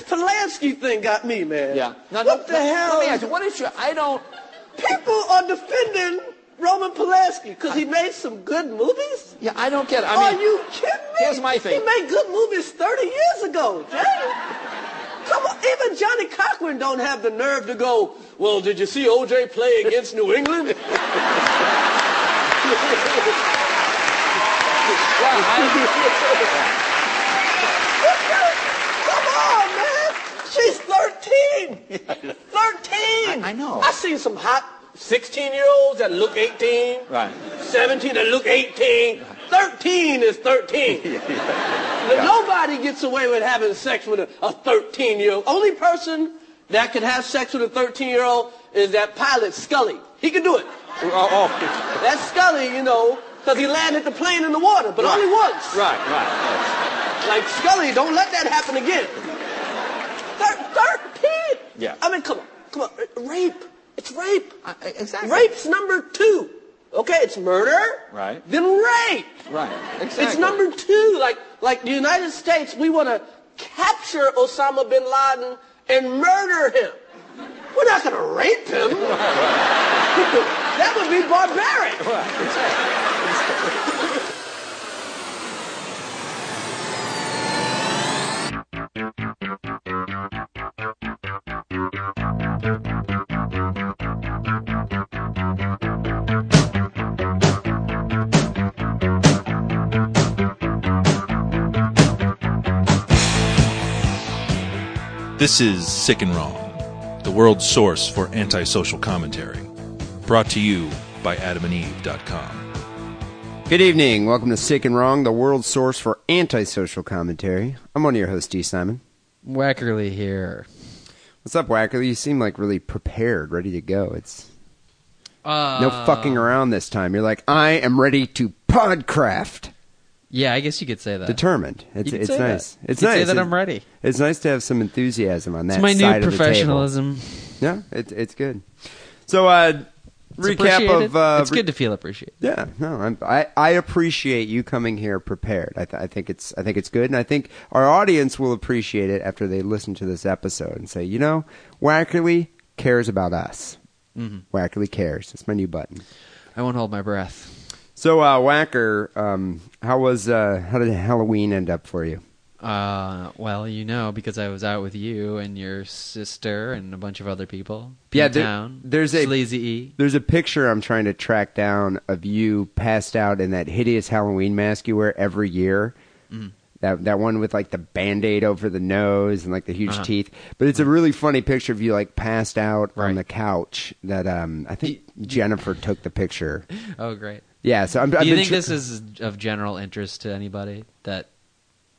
Zelensky thing got me, man. Yeah. Now, what the let- hell? Let me ask you. What is your? I don't. People are defending Roman Polanski because he made some good movies. Yeah, I don't get. It. I mean, are Oh, you kidding me? here's my thing. He made good movies 30 years ago. Dang. Come on, even Johnny Cochran don't have the nerve to go. Well, did you see O.J. play against New England? Come on, man. She's 13. 13. I- I know. I seen some hot 16 year olds that look 18. Right. 17 that look 18. 13 is 13. Nobody gets away with having sex with a, a 13 year old. Only person that can have sex with a 13 year old is that pilot Scully. He can do it. oh, That's Scully, you know, because he landed the plane in the water, but Right. only once. oh. Right, right. Like Scully, don't let that happen again. Thir- Thirteen. Yeah. I mean, come on, come on. Rape. It's rape. I- I- exactly. Rape's number two. Okay, it's murder. Right. Then rape. Right. Exactly. It's number two. Like, like the United States, we want to capture Osama bin Laden and murder him. We're not going to rape him. that would be barbaric. This is Sick and Wrong, the world's source for antisocial commentary. Brought to you by adamandeve.com. Good evening. Welcome to Sick and Wrong, the world's source for antisocial commentary. I'm one of your hosts, D. Simon. Wackerly here. What's up, Wackerly? You seem like really prepared, ready to go. It's Uh, no fucking around this time. You're like, I am ready to podcraft. Yeah, I guess you could say that. Determined. It's Uh, You could it's say that. nice. It's You could nice. say that It- I'm ready. It's nice to have some enthusiasm on that. it's my new side of the table. professionalism. Yeah, it's it's good. So uh, It's recap of appreciated. uh, it's good to feel appreciated. Yeah, no, I'm, I I appreciate you coming here prepared. I, th- I think it's I think it's good, and I think our audience will appreciate it after they listen to this episode and say, you know, Wackerly cares about us. Mm-hmm. Wackerly cares. That's my new button. I won't hold my breath. So, uh, Wacker, um, how was uh, how did Halloween end up for you? Uh, well, you know, because I was out with you and your sister and a bunch of other people. Yeah, in there- town. there's a- sleazy E. There's a picture I'm trying to track down of you passed out in that hideous Halloween mask you wear every year. Mm-hmm. That that one with like the band aid over the nose and like the huge Uh-huh. teeth. But it's a really funny picture of you like passed out on Right. the couch. That um, I think Jennifer took the picture. Oh, great. Yeah. So I'm. Do I've you been think tr- this is of general interest to anybody that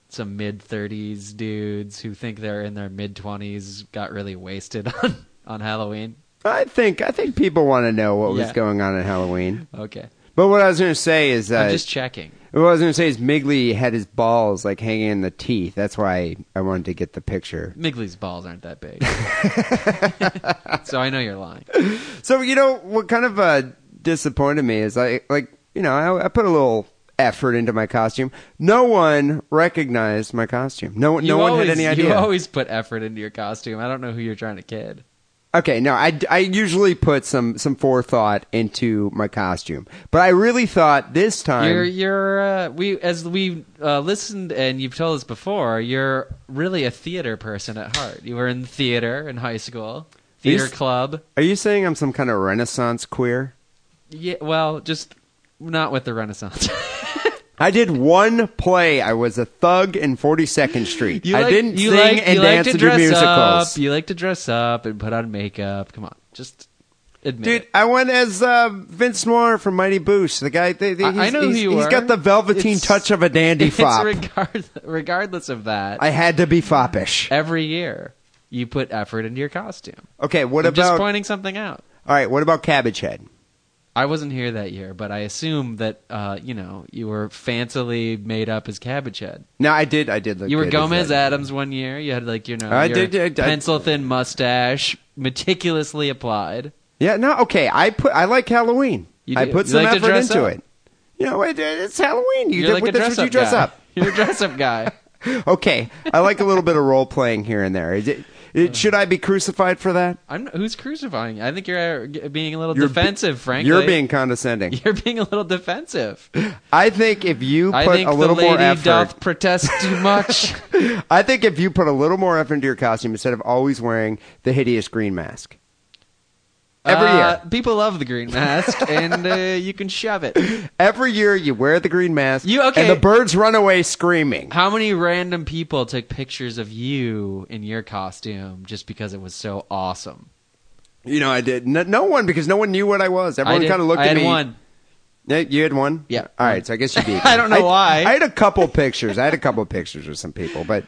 some mid thirties dudes who think they're in their mid twenties got really wasted on on Halloween? I think I think people want to know what was Yeah. going on at Halloween. Okay, But what I was going to say is that I'm just checking. What I was going to say is Migley had his balls like hanging in the teeth. That's why I wanted to get the picture. Migley's balls aren't that big. so I know you're lying. So you know what kind of uh, disappointed me is like like you know I, I put a little effort into my costume. No one recognized my costume. No one You no one always, had any You idea. always put effort into your costume. I don't know who you're trying to kid. Okay, no, I, I usually put some some forethought into my costume, but I really thought this time. You're you're uh, we as we uh, listened and you've told us before. You're really a theater person at heart. You were in theater in high school, theater These- club. are you saying I'm some kind of Renaissance queer? Yeah, well, just not with the Renaissance. I did one play. I was a thug in 42nd Street. you I like, didn't you sing like, and you dance like to in your dress musicals. up. You like to dress up and put on makeup. Come on, just admit Dude, it. I went as uh, Vince Noir from Mighty Boosh. The guy, they, they, I- I he's, know who he's, you he's are. got the velveteen It's- touch of a dandy It's fop. regard- regardless of that, I had to be foppish. every year you put effort into your costume. Okay, what I'm just about all pointing something out. right? What about Cabbage Head? I wasn't here that year, but I assume that uh, you know you were fancily made up as Cabbage Head. No, I did. I did look. You were good as Gomez that. Adams one year. You had like you know I your did- I- I- pencil thin mustache, meticulously applied. Yeah. No. Okay. I put. I like Halloween. You I do. put You some like to effort dress into up. it. You know, it, it's Halloween. You You're did- like that's a dress what up you dress guy. up. You're a dress up guy. Okay, I like a little bit of role playing here and there. Is it? It, should I be crucified for that? I'm who's crucifying? you? I think you're uh, g- being a little You're be- defensive, frankly. You're being condescending. you're being a little defensive. I think if you I put think a little the lady more effort, doth protest too much. I think if you put a little more effort into your costume instead of always wearing the hideous green mask. Every Uh, year, people love the green mask, and uh, you can shove it. every year you wear the green mask, You- okay. and the birds run away screaming. How many random people took pictures of you in your costume just because it was so awesome? You know, I did no, no one because no one knew what I was. I Everyone did- kind of looked I at had me. one. Yeah, You had one. Yeah. All right. So I guess you beat. me. I don't know why. I had a couple pictures. I had a couple pictures with some people, but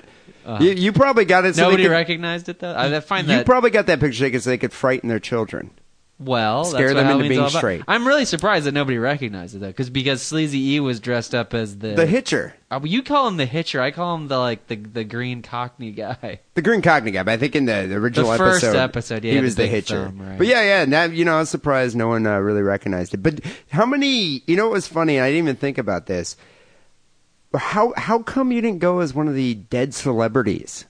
you, you probably got it. So they Uh-huh. Nobody could- recognized it though. I find You that probably got that picture taken so they could frighten their children. well. scare that's what them into Halloween's being all about. straight. I'm really surprised that nobody recognized it though, because because Sleazy E was dressed up as the The hitcher, Uh, you call him the hitcher. I call him the like the the green cockney guy. the green cockney guy. But I think in the, the original The first episode, episode, yeah, he the was the, big hitcher. thumb, right. But yeah, yeah. Now you know, I was surprised no one uh, really recognized it. But how many? You know, what was funny. I didn't even think about this. How how come you didn't go as one of the dead celebrities,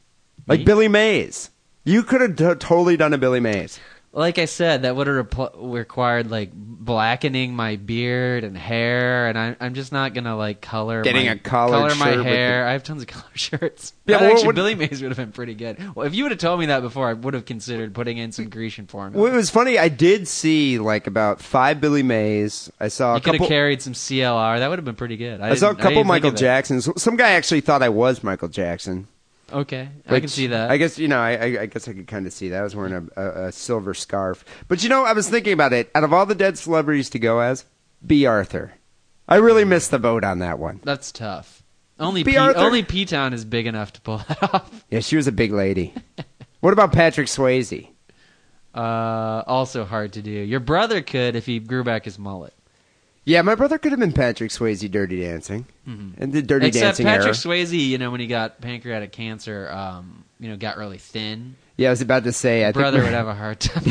like Me? Billy Mays? You could have t- totally done a Billy Mays. Like I said, that would have repl- required like blackening my beard and hair, and I'm I'm just not gonna like color Getting my, a collared color my shirt with hair. I have tons of color shirts. Yeah, That well, actually, what- Billy Mays would have been pretty good. Well, if you would have told me that before, I would have considered putting in some Grecian formula. Well, it was funny. I did see like about five Billy Mays. I saw you a could couple. have carried some CLR. That would have been pretty good. I, I saw a didn't- I couple didn't think Michael of it. Jacksons. Some guy actually thought I was Michael Jackson. Okay, I which can see that. I guess you know. I, I, I guess I could kind of see that. I was wearing a, a, a silver scarf. But you know, I was thinking about it. Out of all the dead celebrities to go as, B. Arthur. I really missed the boat on that one. That's tough. Only B. P- Arthur- only P Town is big enough to pull that off. Yeah, she was a big lady. what about Patrick Swayze? Uh, also hard to do. Your brother could if he grew back his mullet. Yeah, my brother could have been Patrick Swayze, Dirty Dancing, and the Dirty Mm-hmm. Except Dancing Patrick era. Swayze, you know, when he got pancreatic cancer, um, you know, got really thin. yeah, I was about to say. I brother think would have a hard time.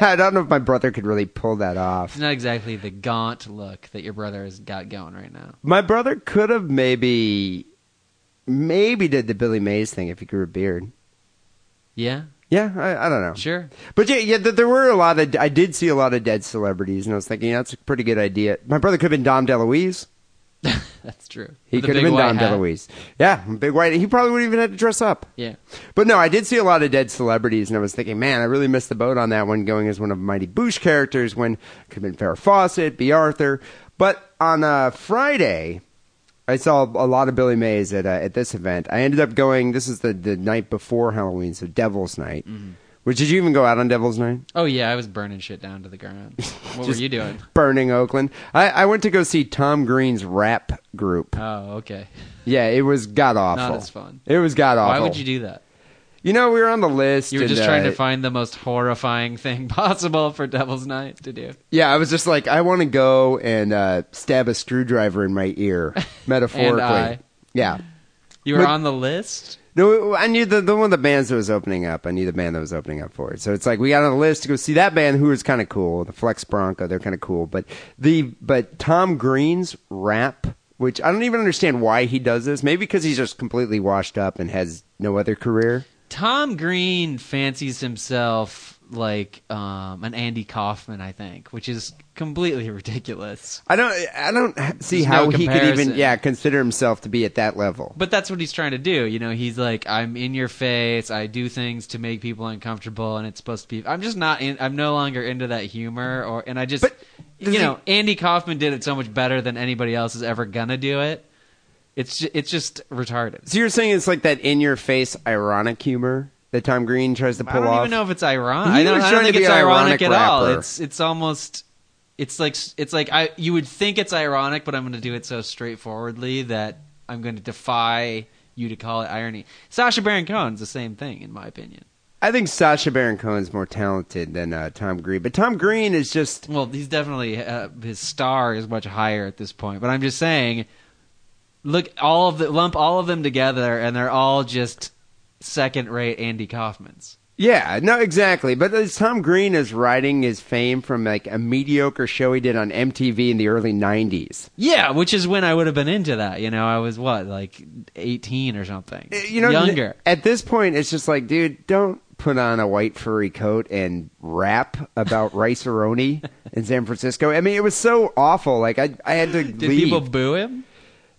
I don't know if my brother could really pull that off. it's not exactly the gaunt look that your brother has got going right now. My brother could have maybe, maybe did the Billy Mays thing if he grew a beard. Yeah, Yeah, I, I don't know. sure. But yeah, yeah, th- there were a lot of. I did see a lot of dead celebrities, and I was thinking that's a pretty good idea. My brother could have been Dom DeLuise. That's true. He With a could have big been white Dom hat. DeLuise. Yeah, big white. He probably wouldn't even have to dress up. Yeah. But no, I did see a lot of dead celebrities, and I was thinking, man, I really missed the boat on that one, going as one of Mighty Boosh characters when could have been Farrah Fawcett, B. Arthur. But on uh, Friday, I saw a lot of Billy Mays at uh, at this event. I ended up going. This is the the night before Halloween, so Devil's Night. Mm-hmm. Which did you even go out on Devil's Night? Oh yeah, I was burning shit down to the ground. What Just were you doing? Burning Oakland. I, I went to go see Tom Green's rap group. Oh, okay. Yeah, it was god awful. Not as fun. It was god awful. Why would you do that? You know, we were on the list. You were and, just trying uh, to find the most horrifying thing possible for Devil's Night to do. Yeah, I was just like, I want to go and uh, stab a screwdriver in my ear, metaphorically. I. Yeah. You were But- on the list. No, I knew the, the one of the bands that was opening up. I knew the band that was opening up for it. So it's like we got on the list to go see that band who was kind of cool. The Flex Bronco, they're kind of cool. But the but Tom Green's rap, which I don't even understand why he does this. Maybe because he's just completely washed up and has no other career. Tom Green fancies himself like um, an Andy Kaufman, I think, which is completely ridiculous. I don't I don't see There's how no he could even comparison. yeah consider himself to be at that level. But that's what he's trying to do. You know, he's like, I'm in your face. I do things to make people uncomfortable, and it's supposed to be. I'm just not. In, I'm no longer into that humor, or and I just, But does you know, Andy Kaufman did it so much better than anybody else is ever gonna do it. It's ju- it's just retarded. So you're saying it's like that in your face ironic humor that Tom Green tries to I pull don't off. even know if it's ironic. He I don't, was I trying don't to think be it's an ironic at ironic all. rapper. It's it's almost it's like it's like I you would think it's ironic, but I'm going to do it so straightforwardly that I'm going to defy you to call it irony. Sasha Baron Cohen's the same thing, in my opinion. I think Sasha Baron Cohen's more talented than uh, Tom Green, but Tom Green is just Well, he's definitely uh, his star is much higher at this point. But I'm just saying, look all of the lump all of them together, and they're all just second rate Andy Kaufman's. yeah, no, exactly. But it's Tom Green is riding his fame from like a mediocre show he did on MTV in the early '90s. Yeah, which is when I would have been into that. You know, I was what, like eighteen or something. Uh, You know, younger. n- at this point, it's just like, dude, don't put on a white furry coat and rap about rice aroni in San Francisco. I mean, it was so awful. Like I, I had to Did leave. people boo him?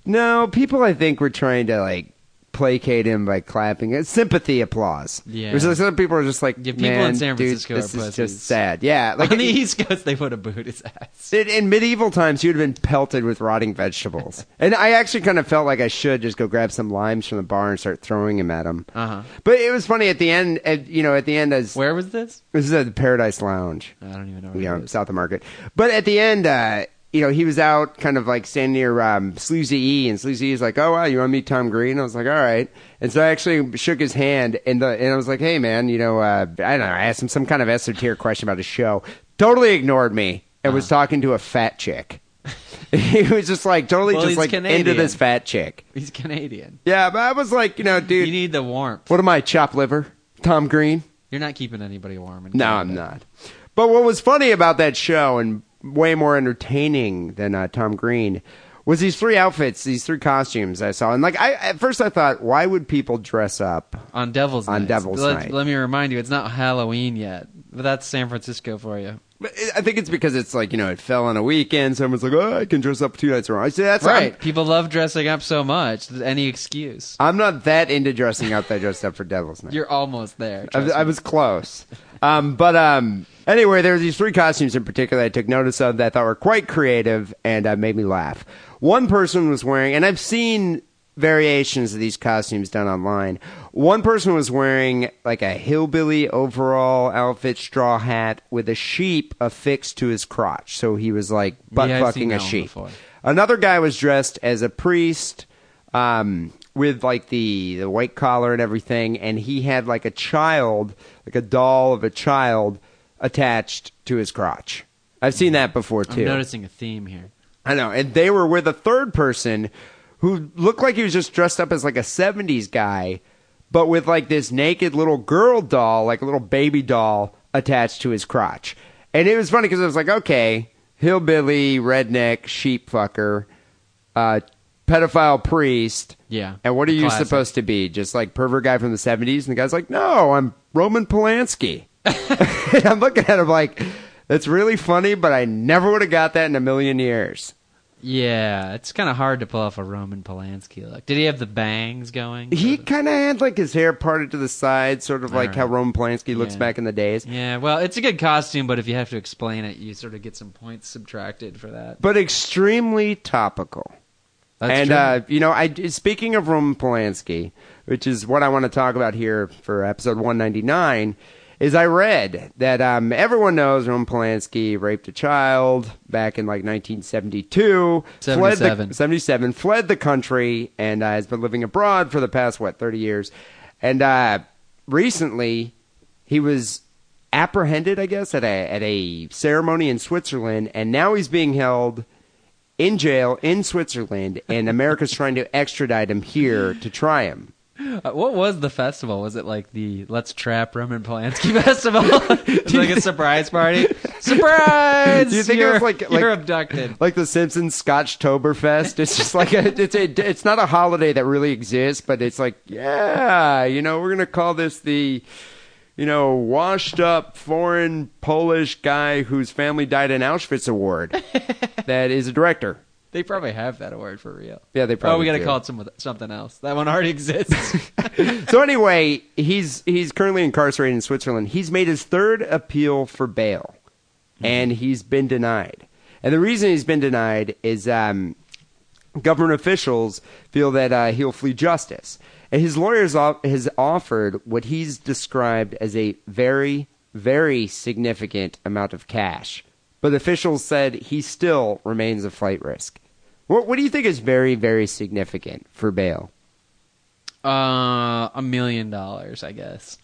No, people I think were trying to like placate him by clapping It's sympathy applause. Yeah. It was like some people are just like, Yeah, people man, in San dude, Francisco are this is pussies." just sad. Yeah, like eh, On the East Coast, they would have booed his ass. in, in medieval times, you'd have been pelted with rotting vegetables. and I actually kind of felt like I should just go grab some limes from the bar and start throwing them at him. Uh-huh. But it was funny at the end. At, you know, at the end, as Where was this? this is at the Paradise Lounge I don't even know. Where you it know, is. south of market. But at the end, uh, you know, he was out kind of like standing near um, Sluicy E, and Sluicy E is like, "Oh wow, you want to meet Tom Green?" I was like, "All right." And so I actually shook his hand, and the, and I was like, "Hey man, you know, uh, I don't know." I asked him some kind of esoteric question about his show. Totally ignored me and was Uh-huh. talking to a fat chick. he was just like totally Well, just he's like into Canadian. this fat chick. He's Canadian. Yeah, but I was like, you know, dude, You need the warmth. what am I, chop liver? Tom Green? You're not keeping anybody warm. In No, Canada. I'm not. But what was funny about that show and way more entertaining than uh, Tom Green was these three outfits, these three costumes I saw. And like, I at first I thought, why would people dress up? On Devil's On Night. Devil's let, Night. Let me remind you, it's not Halloween yet, but that's San Francisco for you. But it- I think it's because it's like you know it fell on a weekend. Someone's like, oh, I can dress up two nights in a row. I said, that's Right. I'm- People love dressing up so much. Any excuse. I'm, not that into dressing up. that I dressed up for Devil's Night. You're almost there. I, trust I me. was close. Um, but um, anyway, there were these three costumes in particular I took notice of that I thought were quite creative and uh, made me laugh. One person was wearing, and I've seen variations of these costumes done online. One person was wearing like a hillbilly overall outfit, straw hat, with a sheep affixed to his crotch. So he was like butt Yeah, I've fucking seen that a one sheep. before. Another guy was dressed as a priest um, with like the, the white collar and everything, and he had like a child, like a doll of a child attached to his crotch. I've seen that before I'm too. noticing a theme here. I know. And they were with a third person who looked like he was just dressed up as like a 70s guy, but with like this naked little girl doll, like a little baby doll attached to his crotch. And it was funny because I was like, okay, hillbilly, redneck, sheep fucker, uh, pedophile priest. Yeah. And what are you Classic. supposed to be? Just like pervert guy from the 70s? And the guy's like, no, I'm Roman Polanski. And I'm looking at him like, that's really funny, but I never would have got that in a million years. Yeah, it's kind of hard to pull off a Roman Polanski look. Did he have the bangs going? He kind of had like his hair parted to the side, sort of like Alright. how Roman Polanski looks Yeah. back in the days. Yeah, well, it's a good costume, but if you have to explain it, you sort of get some points subtracted for that. But extremely topical. That's and true. uh, you know, I speaking of Roman Polanski, which is what I want to talk about here for episode 199, is I read that um, everyone knows Roman Polanski raped a child back in like 1972, fled 77. the, 77, fled the country, and uh, has been living abroad for the past what 30 years, and uh, recently he was apprehended, I guess, at a at a ceremony in Switzerland, and now he's being held in jail in Switzerland, and America's trying to extradite him here to try him. Uh, what was the festival? Was it like the Let's Trap Roman Polanski Festival? It's like a surprise party? Surprise! Do you think it you're, was like- you're like- abducted? Like the Simpsons Scotch Toberfest, it's just like a, it's a, it's not a holiday that really exists, but it's like yeah, you know, we're gonna call this the. You know, washed up foreign Polish guy whose family died in Auschwitz award that is a director. They probably have that award for real. Yeah, they Oh, we probably gotta do. call it some, something else. That one already exists. so anyway, he's he's currently incarcerated in Switzerland. He's made his third appeal for bail, Mm-hmm. and he's been denied. And the reason he's been denied is um, government officials feel that uh, he'll flee justice. And his lawyers off- has offered what he's described as a very, very significant amount of cash. But officials said he still remains a flight risk. What, what do you think is very, very significant for bail? uh, a million dollars, I guess.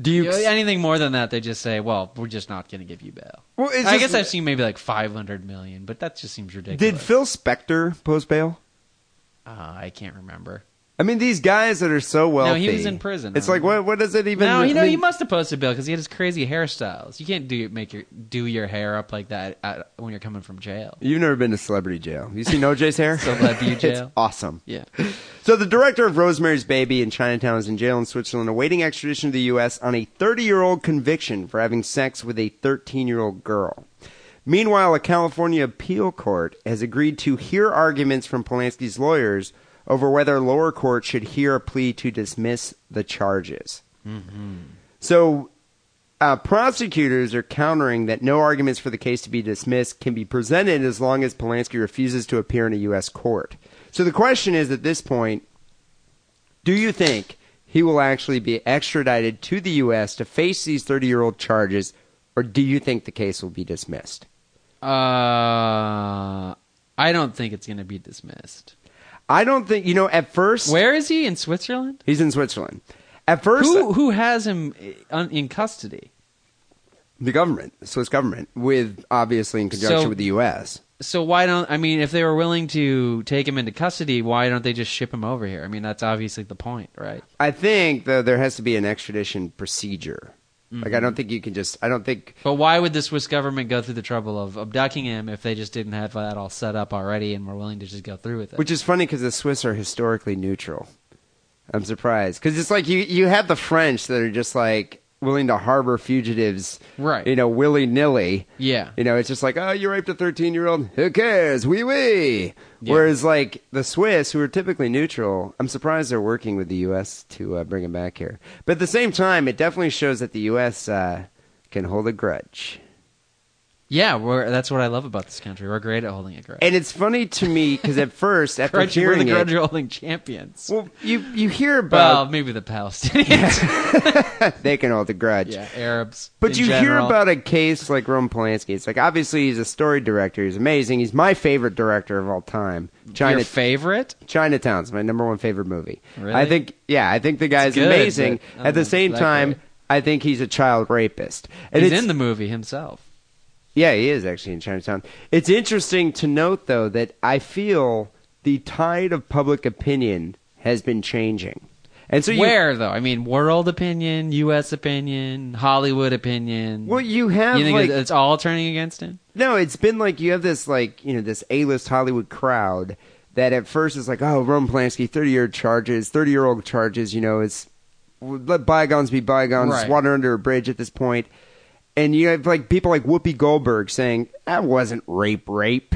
Do you You know, anything more than that, they just say, "Well, we're just not going to give you bail." Well, it's I just- guess I've seen maybe like five hundred million, but that just seems ridiculous. Did Phil Spector post bail? Uh, I Ah, can't remember. I mean, these guys that are so wealthy. was in prison, It's I like, don't know. what? What does it even? No, you know I mean, he must have posted Bill because he had his crazy hairstyles. You can't do make your do your hair up like that at, when you're coming from jail. You've never been to celebrity jail. You seen OJ's hair? Celebrity It's jail. awesome. Yeah, So the director of Rosemary's Baby in Chinatown is in jail in Switzerland awaiting extradition to the U.S. on a 30-year-old conviction for having sex with a 13-year-old girl. Meanwhile, a California appeal court has agreed to hear arguments from Polanski's lawyers over whether lower court should hear a plea to dismiss the charges. Mm-hmm. So uh, prosecutors are countering that no arguments for the case to be dismissed can be presented as long as Polanski refuses to appear in a U.S. court. So the question is at this point do you think he will actually be extradited to the U.S. to face these 30 year old charges, or do you think the case will be dismissed? uh, I don't think it's going to be dismissed. I don't think, you know, at first, Where is he in Switzerland? he's in Switzerland. At first, Who who has him on- in custody? the government, the Swiss government, with obviously in conjunction So- with the U.S. So why don't I mean if they were willing to take him into custody, why don't they just ship him over here? I mean that's obviously the point, right? I think though there has to be an extradition procedure. Like Mm-hmm. I don't think you can just. I don't think. But why would the Swiss government go through the trouble of abducting him if they just didn't have that all set up already and were willing to just go through with it? Which is funny because the Swiss are historically neutral. I'm surprised because it's like you you have the French that are just like willing to harbor fugitives, Right. You know, willy nilly. yeah. You know, it's just like, oh, you raped a 13 year old. Who cares? Wee wee. Yeah. Whereas, like, the Swiss, who are typically neutral, I'm surprised they're working with the U.S. to uh, bring him back here. But at the same time, it definitely shows that the U.S. Uh, can hold a grudge. Yeah, we're, that's what I love about this country. We're great at holding a grudge. And it's funny to me because at first, after Grudge- we're the hearing grudge it, holding champions. well, you, you hear Well, about maybe the Palestinians. they can hold a grudge. yeah, Arabs. But in you hear general. about a case like Roman Polanski. It's like obviously he's a story director. He's amazing. He's my favorite director of all time. China your favorite? Chinatown's my number one favorite movie. Really? I think yeah, I think the guy's It's good, amazing. but I At don't the know, same that time, great. I think he's a child rapist. And He's it's- in the movie himself. yeah, he is actually in Chinatown. It's interesting to note though that I feel the tide of public opinion has been changing. And so you Where though? I mean, world opinion, U.S. opinion, Hollywood opinion. well you have you think like it's all turning against him? No, it's been like you have this like you know this A list Hollywood crowd that at first is like, oh, Roman Polanski, thirty year charges, thirty year old charges. You know, it's let bygones be bygones. It's Right. water under a bridge at this point. And you have like people like Whoopi Goldberg saying that wasn't rape, rape.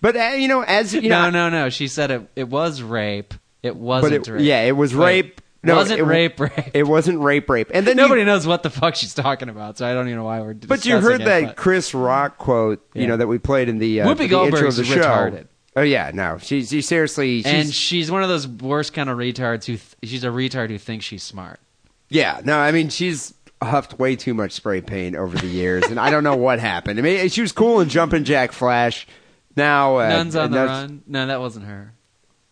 but uh, you know, as you know, no, no, no. She said it. It was rape. It but wasn't it, rape. yeah, it was But rape. No, wasn't it, w- rape. Rape. It wasn't rape, rape. And then you- Nobody knows what the fuck she's talking about, so I don't even know why we're. But you discussing heard it, that but- Chris Rock quote, you Yeah. know, that we played in the, uh, Whoopi the intro of Goldberg's the show. retarded. Oh yeah, no, she she seriously, she's, and she's one of those worst kind of retards who th- she's a retard who thinks she's smart. yeah, no, I mean she's huffed way too much spray paint over the years, and I don't know what happened. I mean, she was cool in Jumpin' Jack Flash. Now uh, Nuns on the that's- Run. No, that wasn't her.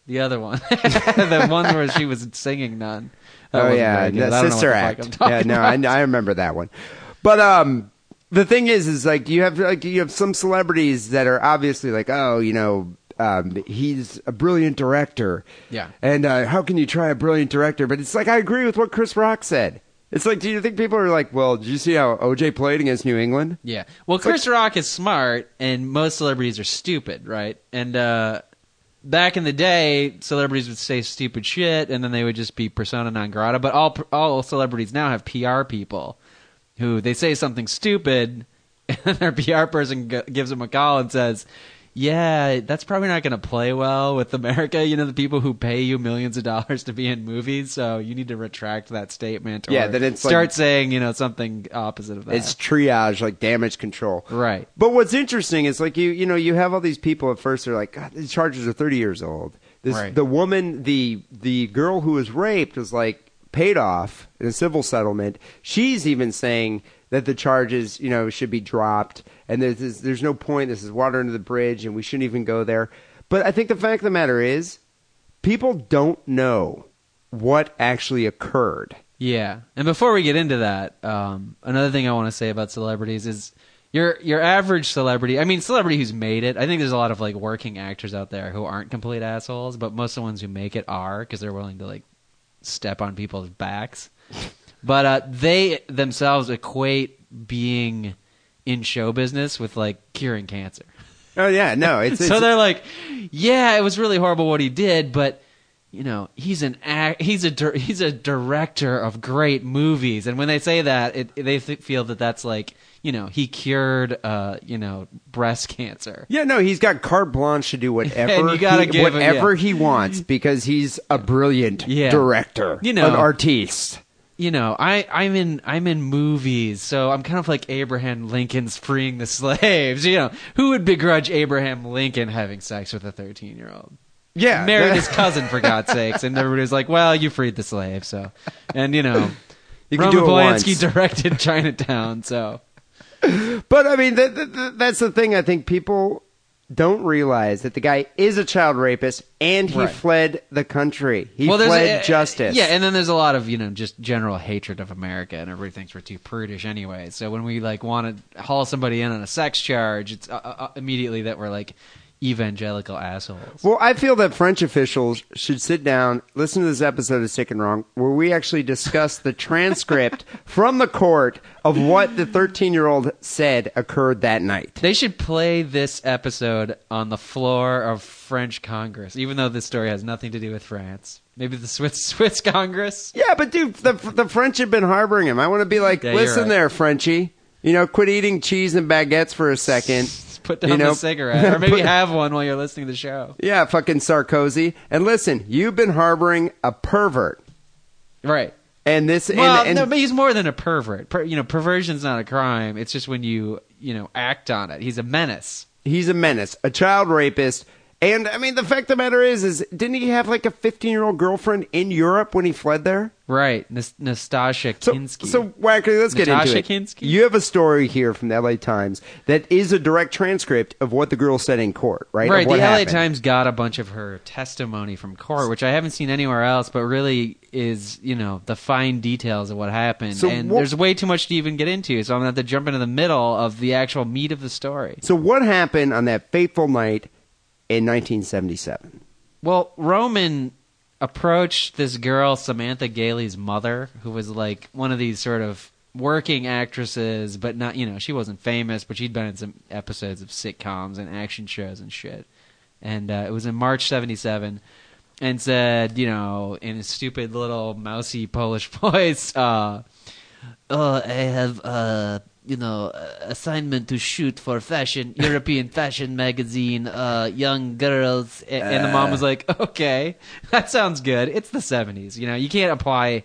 The other one, the one where she was singing Nun. That oh wasn't yeah, very good. no, I don't know what Sister the fuck I'm Act. talking Yeah, no, I, about. I remember that one. But um, the thing is, is like you have like you have some celebrities that are obviously like, oh, you know, um, he's a brilliant director. Yeah. And uh, how can you try a brilliant director? But it's like I agree with what Chris Rock said. It's like, do you think people are like, well, did you see how OJ played against New England? Yeah. Well, Chris Rock is smart, and most celebrities are stupid, right? And uh, back in the day, celebrities would say stupid shit, and then they would just be persona non grata. But all all celebrities now have PR people who they say something stupid, and their PR person g- gives them a call and says. Yeah, that's probably not going to play well with America. You know, the people who pay you millions of dollars to be in movies, so you need to retract that statement. Or Yeah, then it's like- start saying you know something opposite of that. It's triage, like damage control. Right. But what's interesting is like you you know you have all these people at first they're like God, these charges are 30 years old. This Right. the woman the the girl who was raped was like paid off in a civil settlement. She's even saying that the charges you know should be dropped and there's there's, there's no point. This is water under the bridge and we shouldn't even go there. But I think the fact of the matter is people don't know what actually occurred. Yeah. And before we get into that, um, another thing I want to say about celebrities is Your your average celebrity, I mean, celebrity who's made it. I think there's a lot of like working actors out there who aren't complete assholes, but most of the ones who make it are because they're willing to like step on people's backs. but uh, they themselves equate being in show business with like curing cancer. Oh yeah, no, it's, it's so they're like, yeah, it was really horrible what he did, but you know, he's an act, he's a dir- he's a director of great movies, and when they say that, it, they th- feel that that's like you know he cured uh you know breast cancer. Yeah, no, he's got carte blanche to do whatever And you gotta he, give him- whatever yeah. he wants because he's a brilliant Yeah. director, You know. an artiste. You know, I I'm in I'm in movies, so I'm kind of like Abraham Lincoln's freeing the slaves. You know, who would begrudge Abraham Lincoln having sex with a 13 year old? Yeah, married his cousin for God's sakes, and everybody was like, "Well, you freed the slave, so," and you know, You can Roman do it Polanski once. directed Chinatown, so But I mean, that, that- that, that's the thing. I think people don't realize that the guy is a child rapist and he Right. fled the country. He well, there's fled uh, justice. Yeah, and then there's a lot of you know just general hatred of America, and everybody thinks we're too prudish anyway. So when we like want to haul somebody in on a sex charge, it's uh, uh, immediately that we're like evangelical assholes. Well, I feel that French officials should sit down, listen to this episode of Sick and Wrong, where we actually discuss the transcript from the court of what the 13 year old said occurred that night. They should play this episode on the floor of French Congress, even though this story has nothing to do with France. Maybe the Swiss Swiss Congress. Yeah, but dude, the, the French have been harboring him. I want to be like, Yeah, you're listen right. there, Frenchie. You know, quit eating cheese and baguettes for a second. Put down you know? the cigarette, or maybe Put- have one while you're listening to the show. Yeah, fucking Sarkozy. And listen, you've been harboring a pervert. Right. And this, and- Well, and, no, but he's more than a pervert. Per, you know, perversion's not a crime. It's just when you you know act on it. He's a menace. he's a menace, a child rapist. And I mean, the fact of the matter is, is didn't he have like a 15 year old girlfriend in Europe when he fled there? Right, Nas- Nastasha So, Kinski. so Wackley, let's get Natasha into it. Kinski? You have a story here from the LA Times that is a direct transcript of what the girl said in court, right? Of Right, the what LA happened. Times got a bunch of her testimony from court, which I haven't seen anywhere else, but really is, you know, the fine details of what happened. So and what- there's way too much to even get into, so I'm going to have to jump into the middle of the actual meat of the story. So, what happened on that fateful night in 1977? Well, Roman approached this girl, Samantha Gailey's mother, who was like one of these sort of working actresses, but not, you know, she wasn't famous, but she'd been in some episodes of sitcoms and action shows and shit. And uh, it was in March 77 and said, you know, in his stupid little mousy Polish voice, uh, oh, I have, uh, you know, uh, assignment to shoot for fashion, European fashion magazine, uh, young girls. A- And the mom Uh. was like, okay, that sounds good. It's the 70s. You know, you can't apply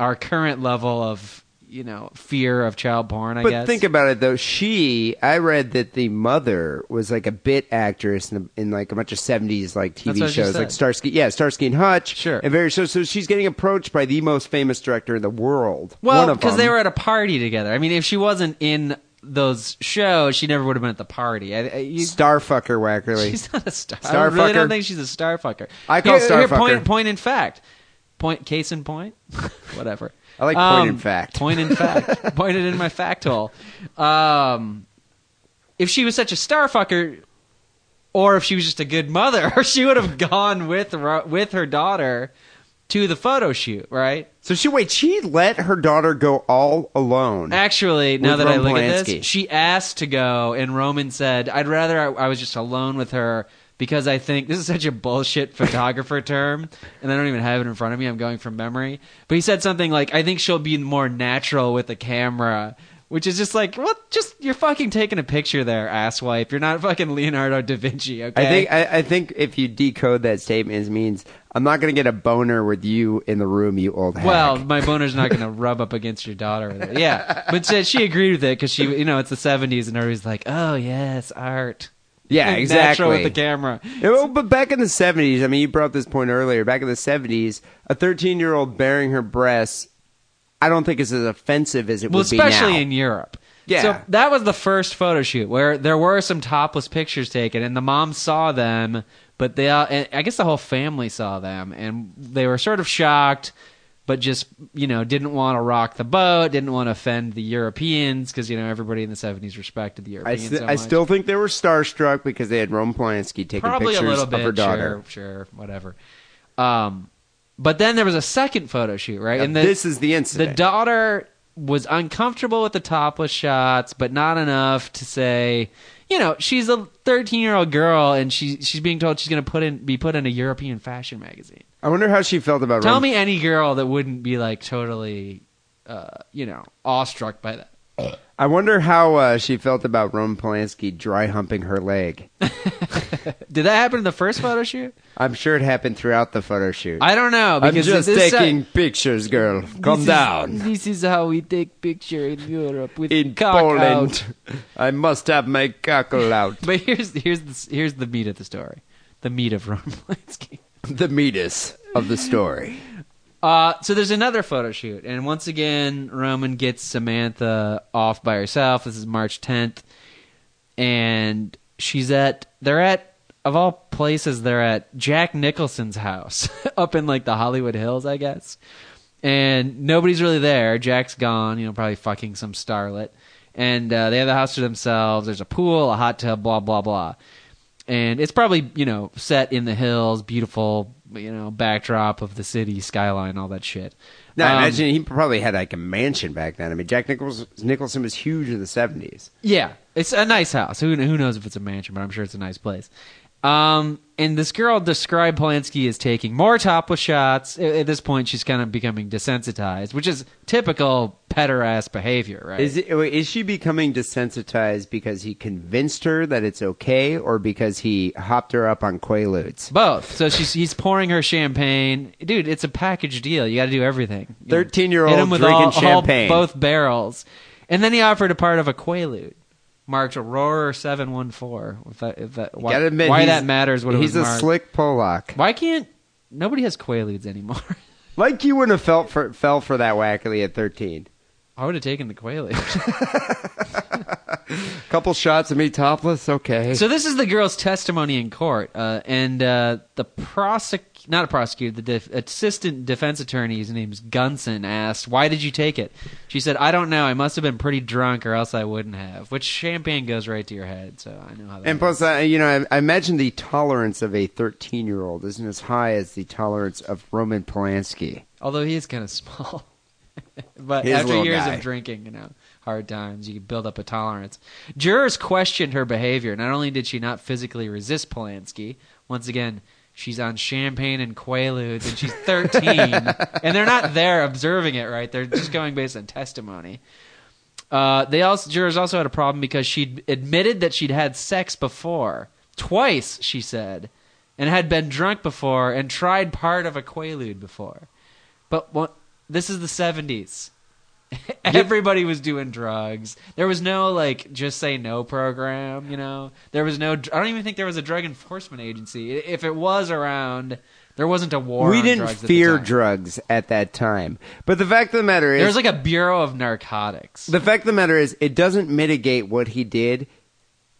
our current level of, you know, fear of child porn, I but guess. think about it though. She, I read that the mother was like a bit actress in, in like a bunch of seventies like That's what TV I shows, just like said. Starsky, yeah, Starsky and Hutch, Sure. and various shows. So she's getting approached by the most famous director in the world. Well, because because they were at a party together. I mean, if she wasn't in those shows, she never would have been at the party. I, I, you, starfucker Wackerly. She's not a star. I Star really fucker. don't think she's a star fucker. I call star Point, fucker. point in fact. Point case in point. Whatever. Um, I like point in fact. Point in fact. Pointed in my fact hole. Um, if she was such a star fucker, or if she was just a good mother, she would have gone with Ro- with her daughter to the photo shoot, right? So she wait, she let her daughter go all alone. Actually, now With that I Roman look at Polanski. this, she asked to go, and Roman said, "I'd rather I, I was just alone with her because I think this is such a bullshit photographer term, and I don't even have it in front of me. I'm going from memory." But he said something like, "I think she'll be more natural with a camera." Which is just like, well, just you're fucking taking a picture there, asswipe. You're not fucking Leonardo da Vinci, okay? I think I, I think if you decode that statement, it means I'm not going to get a boner with you in the room, you old hack. Well, my boner's not going to rub up against your daughter. With it. Yeah, but she, she agreed with it because she, you know, it's the '70s, and everybody's like, "Oh yes, art." Yeah, Like, exactly. Natural with the camera. Yeah, well, but back in the 70s, I mean, you brought up this point earlier. Back in the 70s, a 13 year old bearing her breasts, I don't think is as offensive as it Well, would be especially now. in Europe. Yeah. So that was the first photo shoot where there were some topless pictures taken, and the mom saw uh, them, but they, all, and I guess the whole family saw them, and they were sort of shocked. but just you know didn't want to rock the boat, didn't want to offend the Europeans because you know everybody in the '70s respected the I, Europeans. st- so I much. still think they were starstruck because they had Rome Polanski taking probably pictures a little bit of her daughter. Sure, sure, whatever. Um, but then there was a second photo shoot, right? Now, and the, this is the the incident. daughter was uncomfortable with the topless shots, but not enough to say, you know, she's a 13 year old girl and she she's being told she's going to put in be put in a European fashion magazine. I wonder how she felt about. Tell Rome. me any girl that wouldn't be like totally, uh, you know, awestruck by that. I wonder how uh, she felt about Rome Polanski dry humping her leg. Did that happen in the first photo shoot? I'm sure it happened throughout the photo shoot. I don't know I'm because just this is- taking pictures, girl. Calm this is- down. This is how we take picture in Europe with in cock out. Poland. I must have my cockle out. But here's here's the here's the meat of the story, the meat of Roman Polanski. the meatus of the story. Uh, so there's another photo shoot, and once again, Roman gets Samantha off by herself. This is March 10th, and she's at they're at of all places they're at Jack Nicholson's house up in like the Hollywood Hills, I guess. And nobody's really there. Jack's gone, you know, probably fucking some starlet. And uh, they have the house to themselves. There's a pool, a hot tub, blah blah blah. And it's probably you know set in the hills, beautiful you know backdrop of the city skyline, all that shit. Now, Um, imagine he probably had like a mansion back then. I mean, Jack Nichols- Nicholson was huge in the 70s. Yeah, it's a nice house. Who who knows if it's a mansion, but I'm sure it's a nice place. Um, and this girl described Polanski as taking more topless shots. At, at this point, she's kind of becoming desensitized, which is typical petter ass behavior, right? Is, it, wait, is she becoming desensitized because he convinced her that it's okay or because he hopped her up on Quaaludes? both. So she's he's pouring her champagne, dude. It's a package deal. You got to do everything. You know, 13-year-old hit him with drinking all- all champagne. both barrels, and then he offered a part of a quaalude. Marked Aurora seven one four. If that, if that, why, Gotta admit, why he's- that matters? What it he's was a marked. slick Polak. Why can't nobody has quaaludes anymore? Like you wouldn't have felt for, fell for that wackily at 13. I would have taken the quaalude. Couple shots of me topless, okay. so this is the girl's testimony in court, uh, and uh, the prosec not a prosecutor, the def- assistant defense attorney, his name's Gunson, asked, "Why did you take it?" She said, "I don't know. I must have been pretty drunk, or else I wouldn't have." Which champagne goes right to your head, so I know how. That And plus, I, you know, I, I imagine the tolerance of a 13 year old isn't as high as the tolerance of Roman Polanski. although he is kind of small. but He's a after little years guy. of drinking, you know, hard times, you build up a tolerance. Jurors questioned her behavior. Not only did she not physically resist Polanski, once again, she's on champagne and quaaludes, and she's 13, and they're not there observing it, right? They're just going based on testimony. Uh, they also jurors also had a problem because she'd admitted that she'd had sex before twice, she said, and had been drunk before and tried part of a quaalude before. But what, this is the seventies. Everybody was doing drugs. There was no like just say no program, you know. There was no. dr- I don't even think there was a drug enforcement agency. I- If it was around, there wasn't a war. we on didn't drugs at the fear time. drugs at that time. But the fact of the matter There was is, like a bureau of narcotics. the fact of the matter is, it doesn't mitigate what he did.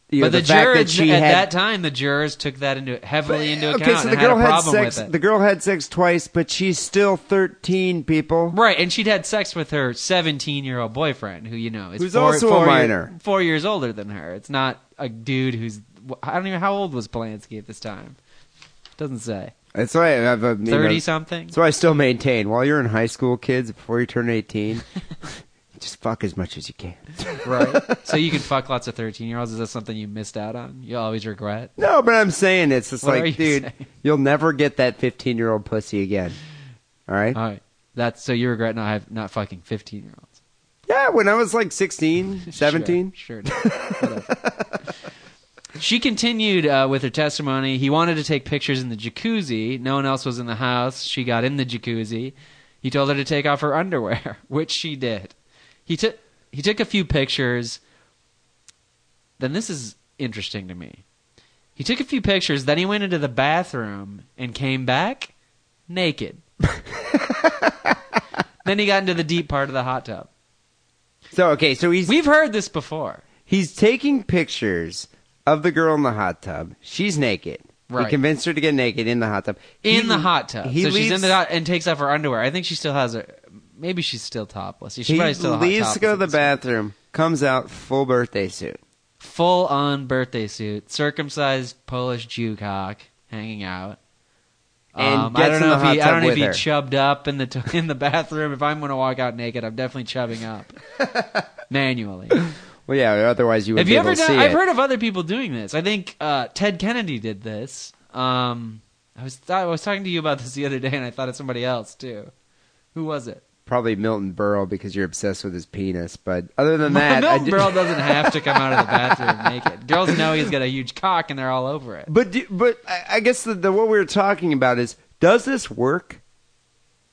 You know, but the, fact that jurors she at had, that time, the jurors took that into heavily into account. okay, so the and girl had, a had problem sex. With it. The girl had sex twice, but she's still 13. People, right, and she'd had sex with her seventeen-year-old boyfriend, who you know is Who's four, also a four year- minor. four years older than her. It's not a dude who's I don't even how old was Polanski at this time. Doesn't say that's why I have a you know, thirty something. That's why I still maintain. While you're in high school, kids, before you turn 18, just fuck as much as you can. right? So you can fuck lots of thirteen-year-olds. Is that something you missed out on? You always regret. No, but I'm saying it's just What are you like, dude, saying? you'll never get that 15 year old pussy again. All right. All right, that's so you regret not have, not fucking fifteen-year-olds. yeah, when I was like 16, 17. Sure. sure. Whatever. she continued uh, with her testimony. He wanted to take pictures in the jacuzzi. No one else was in the house. She got in the jacuzzi. He told her to take off her underwear, which she did. He took he took a few pictures. Then this is interesting to me. He took a few pictures. Then he went into the bathroom and came back naked. then he got into the deep part of the hot tub. So, okay, so he's We've heard this before. he's taking pictures of the girl in the hot tub. She's naked. Right. He convinced her to get naked in the hot tub. in He- the hot tub. He so leaves, she's in the hot and takes off her underwear. I think she still has her. Maybe she's still topless. She's He probably still a hot leaves to topless go to at the this point. bathroom. Comes out full birthday suit. Full on birthday suit, circumcised Polish Jew cock hanging out. And um, I gets don't in know the if hot he, I tub don't know if with he her. chubbed up in the t- in the bathroom. If I'm going to walk out naked, I'm definitely chubbing up manually. Well, yeah. Otherwise, you would Have you be ever able to done? see I've it. heard of other people doing this. I think uh, Ted Kennedy did this. Um, I was I was talking to you about this the other day, and I thought of somebody else too. Who was it? Probably Milton Berle because you're obsessed with his penis. But other than that, I Milton did- Berle doesn't have to come out of the bathroom naked. Girls know he's got a huge cock, and they're all over it. But do, but I I guess the, the what we were talking about is does this work?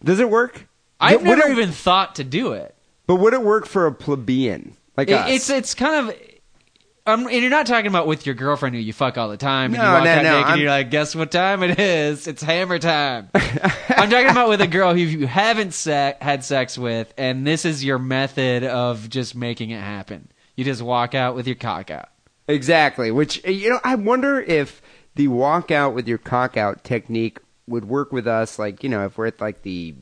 Does it work? I've Would never it- even thought to do it. But would it work for a plebeian like It- us? It's it's kind of. Um, and you're not talking about with your girlfriend who you fuck all the time. No, And you walk no, no, out naked I'm- and you're like, guess what time it is? It's hammer time. I'm talking about with a girl who you haven't se- had sex with, and this is your method of just making it happen. You just walk out with your cock out. exactly. Which you know, I wonder if the walk out with your cock out technique would work with us. Like you know, if we're at like the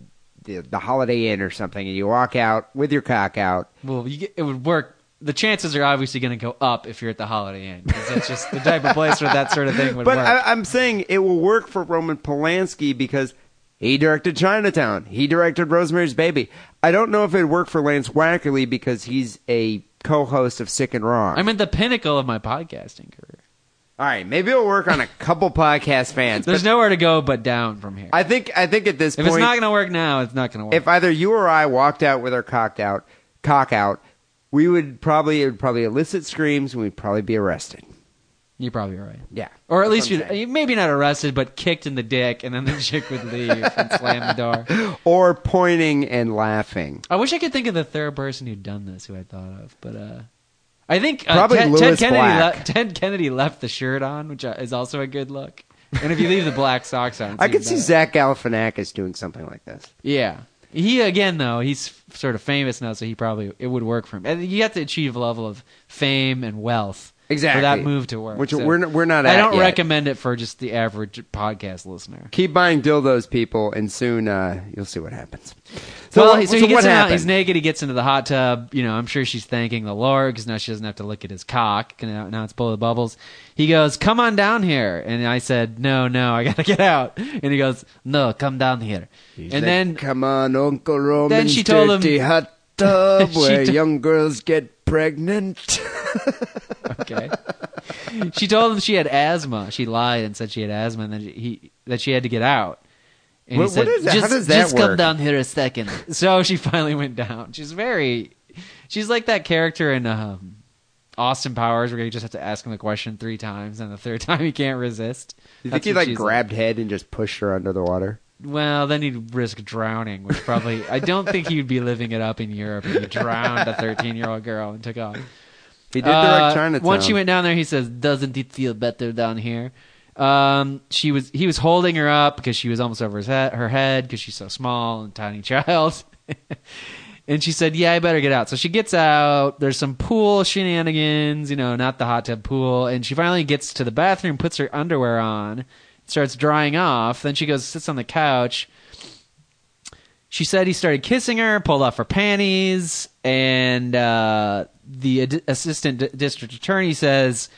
the, the Holiday Inn or something, and you walk out with your cock out. Well, you get, it would work. The chances are obviously going to go up if you're at the Holiday Inn. 'cause That's just the type of place where that sort of thing would But work. I, I'm saying it will work for Roman Polanski because he directed Chinatown. He directed Rosemary's Baby. I don't know if it'd work for Lance Wackerly because he's a co-host of Sick and Wrong. I'm at the pinnacle of my podcasting career. All right, maybe it'll work on a couple podcast fans. There's But nowhere to go but down from here. I think I think at this If point, it's not going to work now, it's not going to work. if either you or I walked out with our cocked out cock out, we would probably it would probably elicit screams and we'd probably be arrested. You're probably right. Yeah, Or at That's least what you I'm saying. maybe not arrested, but kicked in the dick, and then the chick would leave and slam the door. or pointing and laughing. I wish I could think of the third person who'd done this who I thought of, but uh, I think uh, Probably Ted, Louis Ted Kennedy. Black. le- Ted Kennedy left the shirt on, which uh, is also a good look. And if you leave the black socks on, it's I even could see better. Zach Galifianakis doing something like this. Yeah, he again though he's f- sort of famous now, so he probably it would work for him. And you have to achieve a level of fame and wealth Exactly. for that move to work. Which so we're n- we're not I at don't yet. recommend it for just the average podcast listener. Keep buying dildos, people, and soon uh, you'll see what happens. So, well, like, so, so he gets what in the- happened? he's naked. He gets into the hot tub. You know, I'm sure she's thanking the Lord because now she doesn't have to look at his cock. 'cause Now, now it's full of bubbles. He goes, "Come on down here," and I said, "No, no, I gotta get out." And he goes, "No, come down here." He's and like, then come on, Uncle Roman. Then she told him- dirty hot tub She where t- young girls get pregnant. okay, she told him she had asthma. She lied and said she had asthma, and then he that she had to get out. And What- he said, what is that? How Just, does that just work?" come down here a second. So she finally went down. She's very, she's like that character in um, Austin Powers where you just have to ask him the question three times, and the third time he can't resist. you think That's he what like she's grabbed head and just pushed her under the water? Well, then he'd risk drowning, which probably I don't think he'd be living it up in Europe if he drowned a thirteen-year-old girl and took off. He did direct Uh, Chinatown. Once she went down there, he says, "Doesn't it feel better down here?" Um, she was he was holding her up because she was almost over his head, her head because she's so small and tiny child. and she said, "Yeah, I better get out." So she gets out. There's some pool shenanigans, you know, not the hot tub pool. And she finally gets to the bathroom, puts her underwear on, starts drying off. Then she goes sits on the couch. She said he started kissing her, pulled off her panties, and uh, the ad- assistant d- district attorney says,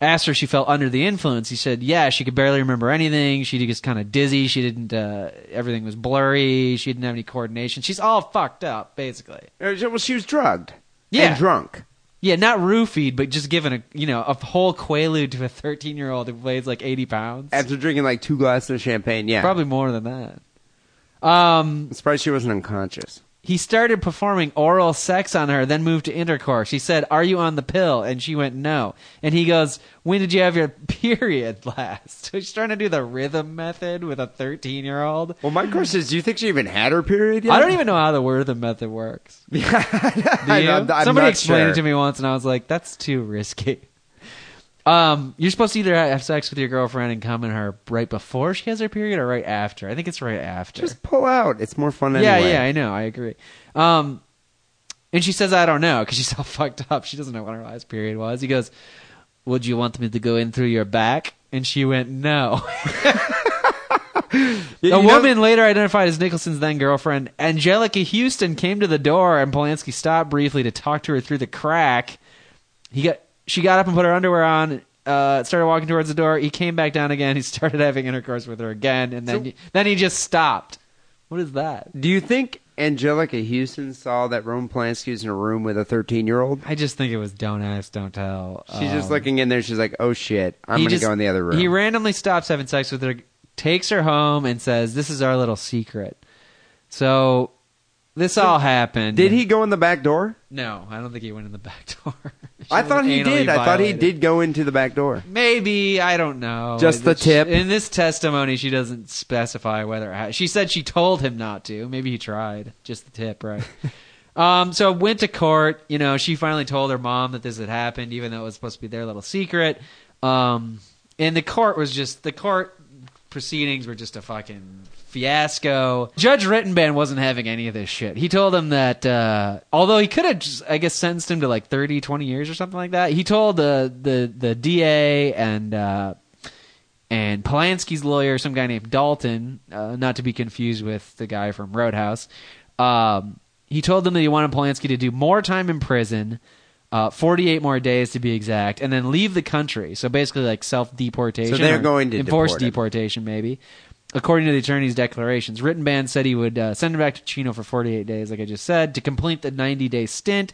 asked her if she felt under the influence. He said, yeah, she could barely remember anything. She was kind of dizzy. She didn't, uh, everything was blurry. She didn't have any coordination. She's all fucked up, basically. Uh, Well, she was drugged. Yeah. And drunk. Yeah, not roofied, but just given a, you know, a whole quaalude to a 13 year old who weighs like 80 pounds. After drinking like two glasses of champagne, yeah. Probably more than that. Um, I'm surprised she wasn't unconscious. he started performing oral sex on her, then moved to intercourse. He said, Are you on the pill? And she went, No. And he goes, When did you have your period last? So she's trying to do the rhythm method with a 13 year old. Well, my question is, do you think she even had her period yet? I don't even know how the rhythm method works. Do Yeah, you? Somebody explained it to me once, and I was like, That's too risky. Um, you're supposed to either have sex with your girlfriend and come in her right before she has her period or right after. I think it's right after. Just pull out. It's more fun Yeah, anyway. yeah, I know. I agree. Um, and she says, I don't know, because she's all fucked up. She doesn't know when her last period was. He goes, Would you want me to go in through your back? And she went, no. You know- a woman later identified as Nicholson's then girlfriend, Angelica Houston, came to the door, and Polanski stopped briefly to talk to her through the crack. He got she got up and put her underwear on. Uh, started walking towards the door. He came back down again. He started having intercourse with her again, and then then he just stopped. What is that? Do you think Angelica Houston saw that Roman Polanski was in a room with a 13 year old? I just think it was don't ask, don't tell. She's just Um, looking in there. She's like, oh shit, I'm he going to just- go in the other room. He randomly stops having sex with her, takes her home, and says, "This is our little secret." So this all happened. Did he go in the back door? No, I don't think he went in the back door. She I was thought he anally did. I thought he violated. did go into the back door. Maybe I don't know. Just the It's- tip. In this testimony, she doesn't specify whether it ha- she said she told him not to. Maybe he tried. Just the tip, right? um, so went to court. You know, she finally told her mom that this had happened, even though it was supposed to be their little secret. Um, and the court was just the court proceedings were just a fucking fiasco. Judge Rittenban wasn't having any of this shit. He told him that uh, although he could have, just, I guess, sentenced him to like 30, 20 years or something like that, he told the the the DA and uh, and Polanski's lawyer, some guy named Dalton, uh, not to be confused with the guy from Roadhouse. Um, he told them that he wanted Polanski to do more time in prison, uh, 48 more days to be exact, and then leave the country. So basically, like self deportation. So they're going to enforce deport him. deportation, maybe. According to the attorney's declarations, Rittenband said he would uh, send him back to Chino for 48 days, like I just said, to complete the 90 day stint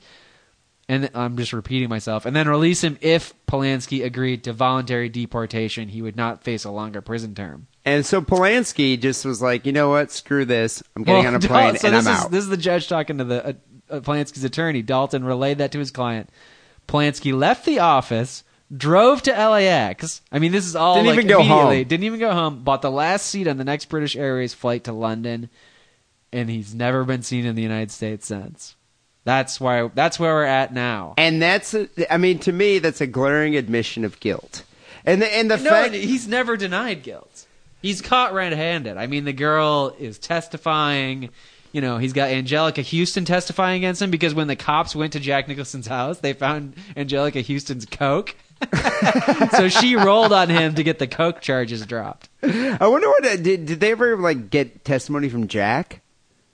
and th- I'm just repeating myself, and then release him if Polanski agreed to voluntary deportation. He would not face a longer prison term. And so Polanski just was like, you know what? Screw this. I'm getting Well, on a plane so and I'm this is, out. This is the judge talking to the uh, uh, Polanski's attorney. Dalton relayed that to his client. Polanski left the office, drove to LAX. I mean, this is all Didn't like, even go immediately. home. Didn't even go home. Bought the last seat on the next British Airways flight to London, and he's never been seen in the United States since. That's why. That's where we're at now. and that's, a, I mean, to me, that's a glaring admission of guilt. And the, and the No, fact, he's never denied guilt. He's caught red-handed. I mean, the girl is testifying. You know, he's got Angelica Houston testifying against him because when the cops went to Jack Nicholson's house, they found Angelica Houston's coke. so she rolled on him to get the coke charges dropped. I wonder what, uh, did, did they ever like get testimony from Jack?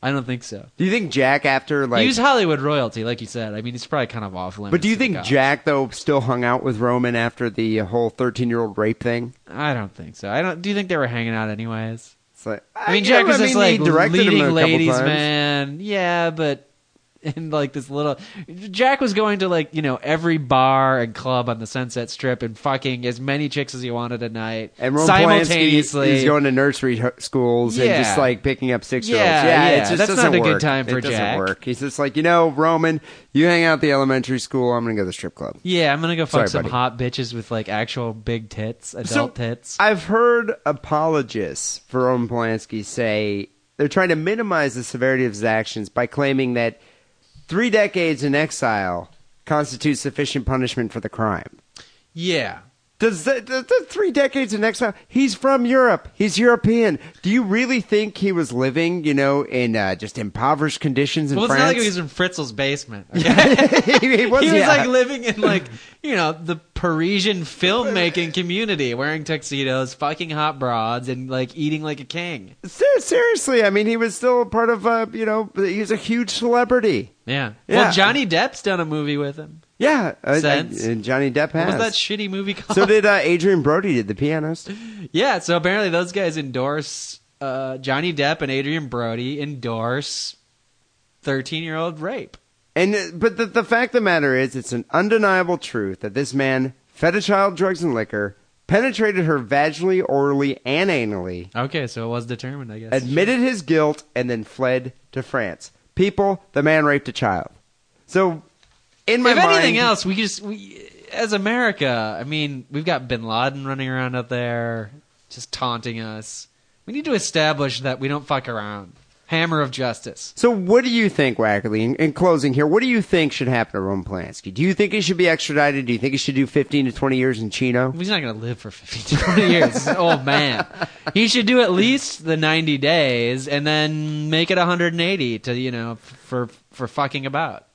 I don't think so. Do you think Jack after like, Use Hollywood royalty, like you said. I mean, it's probably kind of off limits. but do you to the think cops. Jack though still hung out with Roman after the whole 13 year old rape thing? I don't think so. I don't. Do you think they were hanging out anyways? It's like, I mean, you Jack know, was I this mean, he like directed him a leading couple ladies times. man. Yeah, but and like this little Jack was going to like you know every bar and club on the Sunset Strip and fucking as many chicks as he wanted a night And Roman simultaneously. Polanski is going to nursery ho- schools and Yeah. just like picking up six year olds. Yeah, Yeah, yeah. it just That's doesn't not a good work. time for it Jack. Doesn't work. He's just like, you know, Roman, you hang out at the elementary school. I'm going to go to the strip club. yeah, I'm gonna go fuck Sorry, some buddy. hot bitches with like actual big tits, adult tits. I've heard apologists for Roman Polanski say they're trying to minimize the severity of his actions by claiming that three decades in exile constitutes sufficient punishment for the crime. yeah, Does the, the, the three decades in exile? He's from Europe. He's European. Do you really think he was living, you know, in uh, just impoverished conditions in well, it's not like France? he was in Fritzl's basement. he, was, he was yeah. like living in like you know the Parisian filmmaking community, wearing tuxedos, fucking hot broads, and like eating like a king. Ser- seriously. I mean, he was still part of, uh, you know, he was a huge celebrity. Yeah. Well, Yeah. Johnny Depp's done a movie with him. Yeah, uh, Sense. and Johnny Depp What has. was that shitty movie called? so did uh, Adrian Brody. Did the pianist? yeah. So apparently those guys endorse uh, Johnny Depp and Adrian Brody endorse thirteen-year-old rape. And uh, but the, the fact of the matter is, it's an undeniable truth that this man fed a child drugs and liquor, penetrated her vaginally, orally, and anally. Okay, so it was determined, I guess. admitted his guilt, and then fled to France. People, the man raped a child. So, in my if mind, anything else, we just we as America, I mean, we've got Bin Laden running around out there, just taunting us. We need to establish that we don't fuck around. Hammer of justice. So, what do you think, Wackerly? In, in closing, here, what do you think should happen to Roman Polanski? Do you think he should be extradited? Do you think he should do fifteen to twenty years in Chino? He's not going to live for 15 to 20 years. He's an old man. He should do at least the 90 days and then make it 180 to, you know, f- for for fucking about.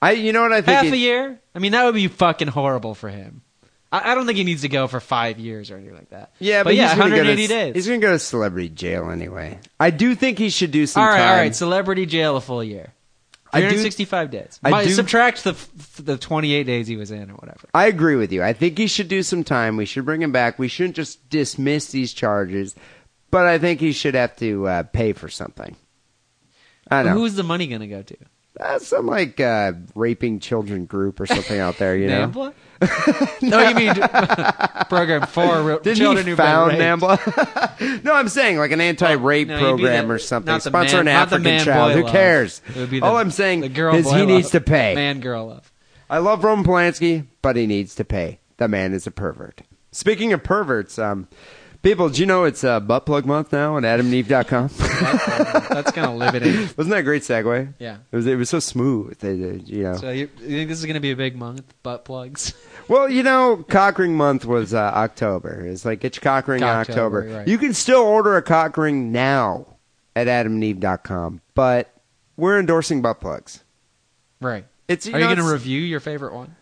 I, you know what I think? Half it- a year? I mean, that would be fucking horrible for him. I, I don't think he needs to go for five years or anything like that. Yeah, but, yeah, he's gonna go to 180 s- days. He's going to go to celebrity jail anyway. I do think he should do some all right, time. all right. Celebrity jail a full year. I do- 365 days. I Might do- subtract the f- the 28 days he was in or whatever. I agree with you. I think he should do some time. We should bring him back. We shouldn't just dismiss these charges, but I think he should have to uh, pay for something. I don't know. Who's the money going to go to? Uh, some like uh, raping children group or something out there, you know. Nambla? no, you mean program for real- Didn't children he who've been found raped. NAMBLA? no, I'm saying like an anti-rape No, you'd be program the- or something. not the Sponsor man- an not the African man child. boy Who love. cares? It would be the- All I'm saying the girl is boy he love. needs to pay. Man, girl love. I love Roman Polanski, but he needs to pay. The man is a pervert. Speaking of perverts, um, people, do you know it's uh, butt plug month now on AdamandEve.com? That's going to live it in. Wasn't that a great segue? Yeah. it was. It was so smooth. It, it, you know. So you, you think this is going to be a big month? Butt plugs. Well, you know, cock ring month was uh, October. It's like get your cock ring in Cocktober, October. right. You can still order a cock ring now at AdamandEve.com, but we're endorsing butt plugs. Right. It's you Are you know, going to it's- review your favorite one?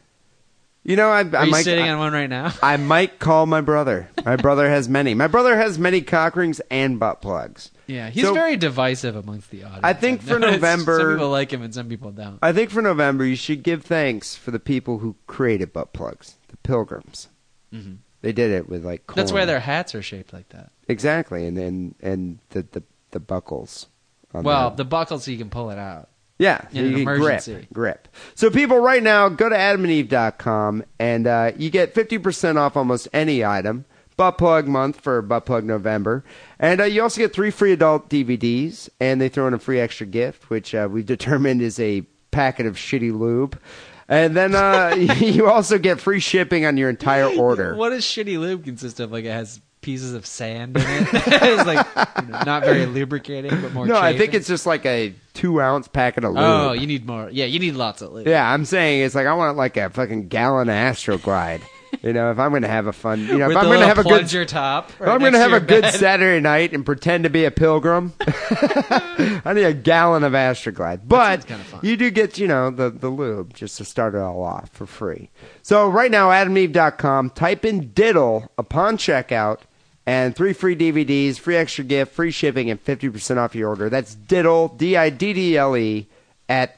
you know I, Are I you might sitting I, on one right now? I might call my brother. My brother has many. My brother has many cock rings and butt plugs. Yeah, he's So- very divisive amongst the audience. I think I've for noticed. some November- people like him and some people don't. I think for November, you should give thanks for the people who created butt plugs, the pilgrims. Mhm. They did it with like corn. That's why their hats are shaped like that. exactly, and and and the the, the buckles. On Well, them. the buckle so you can pull it out. Yeah, In an you get grip, emergency. grip. So people, right now, go to AdamandEve.com and uh, you get fifty percent off almost any item. Butt plug month for butt plug November, and uh, you also get three free adult DVDs, and they throw in a free extra gift, which uh, we've determined is a packet of shitty lube. And then uh, you also get free shipping on your entire order. What does shitty lube consist of? Like it has pieces of sand in it. it's like you know, not very lubricating, but more. No, I chafing. think it's just like a two ounce packet of lube. Oh, you need more. Yeah, you need lots of lube. Yeah, I'm saying it's like I want like a fucking gallon of Astro Glide. you know, if I'm gonna have a fun, you know, With if I'm gonna the little have a good, plunger top. if I'm gonna have a good Saturday night and pretend to be a pilgrim, I need a gallon of Astro Glide. But sounds kinda fun. you do get, you know, the the lube just to start it all off for free. So right now, AdamandEve.com, type in diddle upon checkout. And three free DVDs, free extra gift, free shipping, and 50% off your order. That's diddle, D I D D L E, at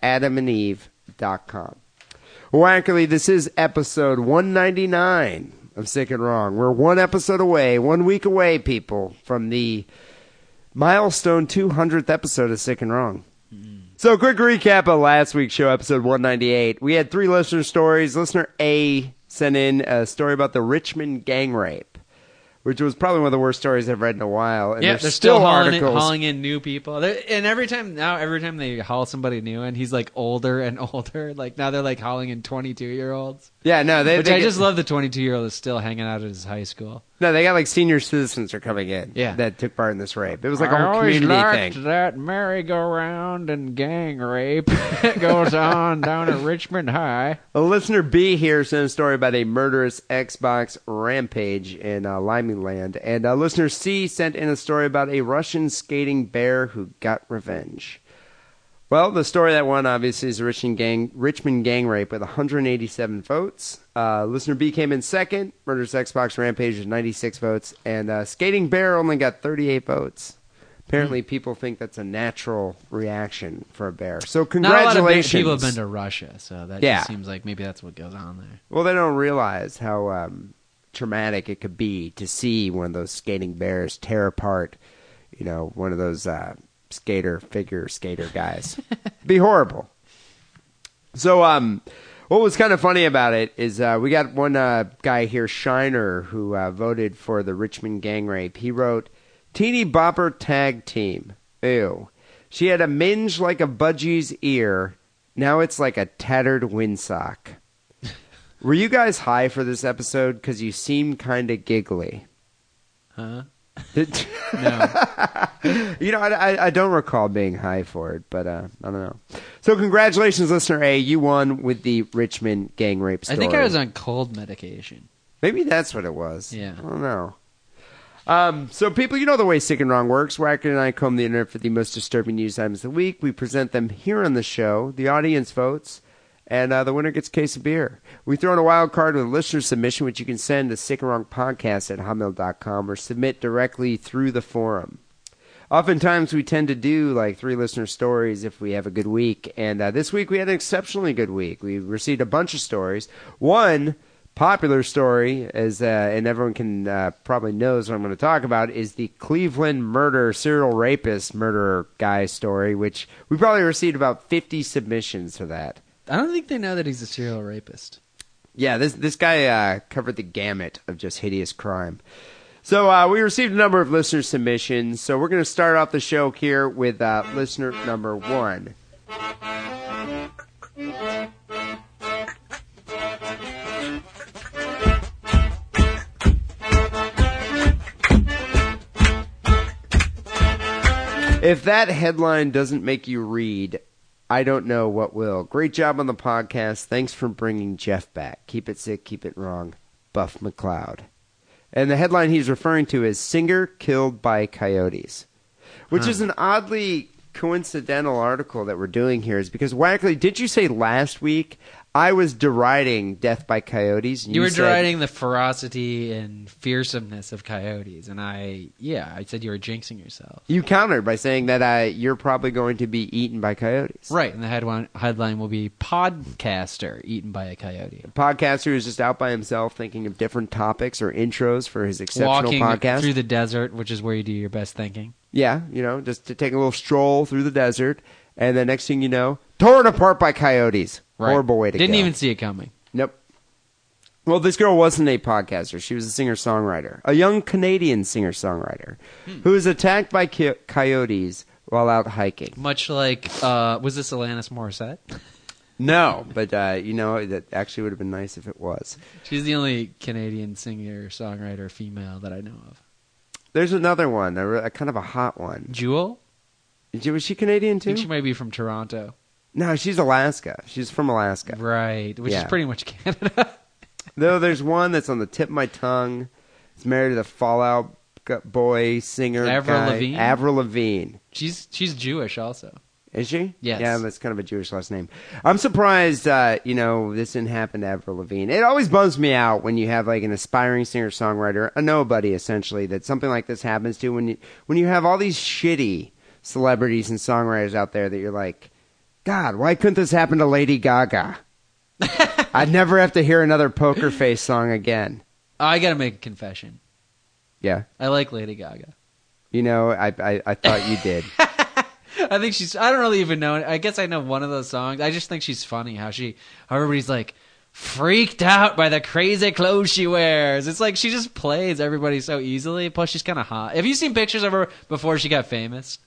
adamandeve.com. Wackerly, this is episode 199 of Sick and Wrong. We're one episode away, one week away, people, from the milestone 200th episode of Sick and Wrong. Mm-hmm. So, quick recap of last week's show, episode 198. We had three listener stories. Listener A sent in a story about the Richmond gang rape, which was probably one of the worst stories I've read in a while. And Yeah, there's they're still, hauling, in, articles. hauling in new people, They're- and every time now, every time they haul somebody new, and he's like older and older. Like now, they're like hauling in twenty-two year olds, Yeah, no, they, which they I get- just love. The twenty-two year old is still hanging out at his high school. No, they got like senior citizens are coming in. Yeah. that took part in this rape. It was like a whole community thing. that merry-go-round and gang rape that goes on down at Richmond High. A listener B here sent a story about a murderous Xbox rampage in uh, Limey Land, and uh, listener C sent in a story about a Russian skating bear who got revenge. Well, the story that won obviously is the Richmond gang, Richmond gang rape with 187 votes. Uh, listener B came in second. Murderous Xbox Rampage with 96 votes, and uh, Skating Bear only got 38 votes. Apparently, Hmm. people think that's a natural reaction for a bear. So Not a congratulations! lot of big people have been to Russia, so that Yeah. just seems like maybe that's what goes on there. Well, they don't realize how um, traumatic it could be to see one of those skating bears tear apart, you know, one of those uh, skater figure skater guys. be horrible. So, um, what was kind of funny about it is uh, we got one uh, guy here, Shiner, who uh, voted for the Richmond gang rape. He wrote, "Teeny bopper tag team. Ew. She had a minge like a budgie's ear. Now it's like a tattered windsock." Were you guys high for this episode? Because you seem kind of giggly. Huh? Did- No. you know, I, I, I don't recall being high for it, but uh, I don't know. So, congratulations, listener A. You won with the Richmond gang rape I story. think I was on cold medication. Maybe that's what it was. Yeah. I don't know. Um, so, people, you know the way Sick and Wrong works. Wacker and I comb the internet for the most disturbing news items of the week. We present them here on the show. The audience votes. And uh, the winner gets a case of beer. We throw in a wild card with a listener submission, which you can send to sickandwrongpodcast at hotmail.com or submit directly through the forum. Oftentimes, we tend to do like three listener stories if we have a good week. And uh, this week, we had an exceptionally good week. We received a bunch of stories. One popular story, as uh, and everyone can uh, probably knows what I'm going to talk about, is the Cleveland murder, serial rapist murderer guy story, which we probably received about 50 submissions for that. I don't think they know that he's a serial rapist. Yeah, this this guy uh, covered the gamut of just hideous crime. So uh, we received a number of listener submissions. So we're going to start off the show here with uh, listener number one. If that headline doesn't make you read, I don't know what will. Great job on the podcast. Thanks for bringing Jeff back. Keep it sick, keep it wrong. Buff McLeod. And the headline he's referring to is Singer Killed by Coyotes, which is an oddly coincidental article that we're doing here, is because, Wackley, did you say last week I was deriding death by coyotes? and You, were said- deriding the ferocity and fearsomeness of coyotes, and I, yeah, I said you were jinxing yourself. You countered by saying that uh, you're probably going to be eaten by coyotes. Right, and the headline headline will be podcaster eaten by a coyote. podcaster who's just out by himself thinking of different topics or intros for his exceptional Walking podcast. through the desert, which is where you do your best thinking. yeah, you know, just to take a little stroll through the desert, and the next thing you know, torn apart by coyotes. Right. Horrible way to Didn't go. even see it coming. Nope. Well, this girl wasn't a podcaster. She was a singer songwriter, a young Canadian singer songwriter Hmm. who was attacked by co- coyotes while out hiking. Much like, uh, was this Alanis Morissette? No, but uh, you know that actually would have been nice if it was. She's the only Canadian singer songwriter female that I know of. There's another one, a, re- a kind of a hot one. Jewel, Was she Canadian I too? think she might be from Toronto, No, she's Alaska. She's from Alaska. right? Which Yeah. is pretty much Canada. Though there's one that's on the tip of my tongue. It's married to the Fallout g- Boy singer Avril guy, Lavigne? Avril Lavigne. she's she's Jewish also. Is she? Yes. Yeah, that's kind of a Jewish last name. I'm surprised, uh, you know, this didn't happen to Avril Lavigne. It always bums me out when you have like an aspiring singer songwriter, a nobody essentially, that something like this happens to when you when you have all these shitty celebrities and songwriters out there that you're like, God, why couldn't this happen to Lady Gaga? I'd never have to hear another Poker Face song again. I gotta make a confession. Yeah, I like Lady Gaga. you know, I I, I thought you did. I think she's. I don't really even know. I guess I know one of those songs. I just think she's funny. How she, how everybody's like freaked out by the crazy clothes she wears. It's like she just plays everybody so easily. Plus, she's kind of hot. Have you seen pictures of her before she got famous?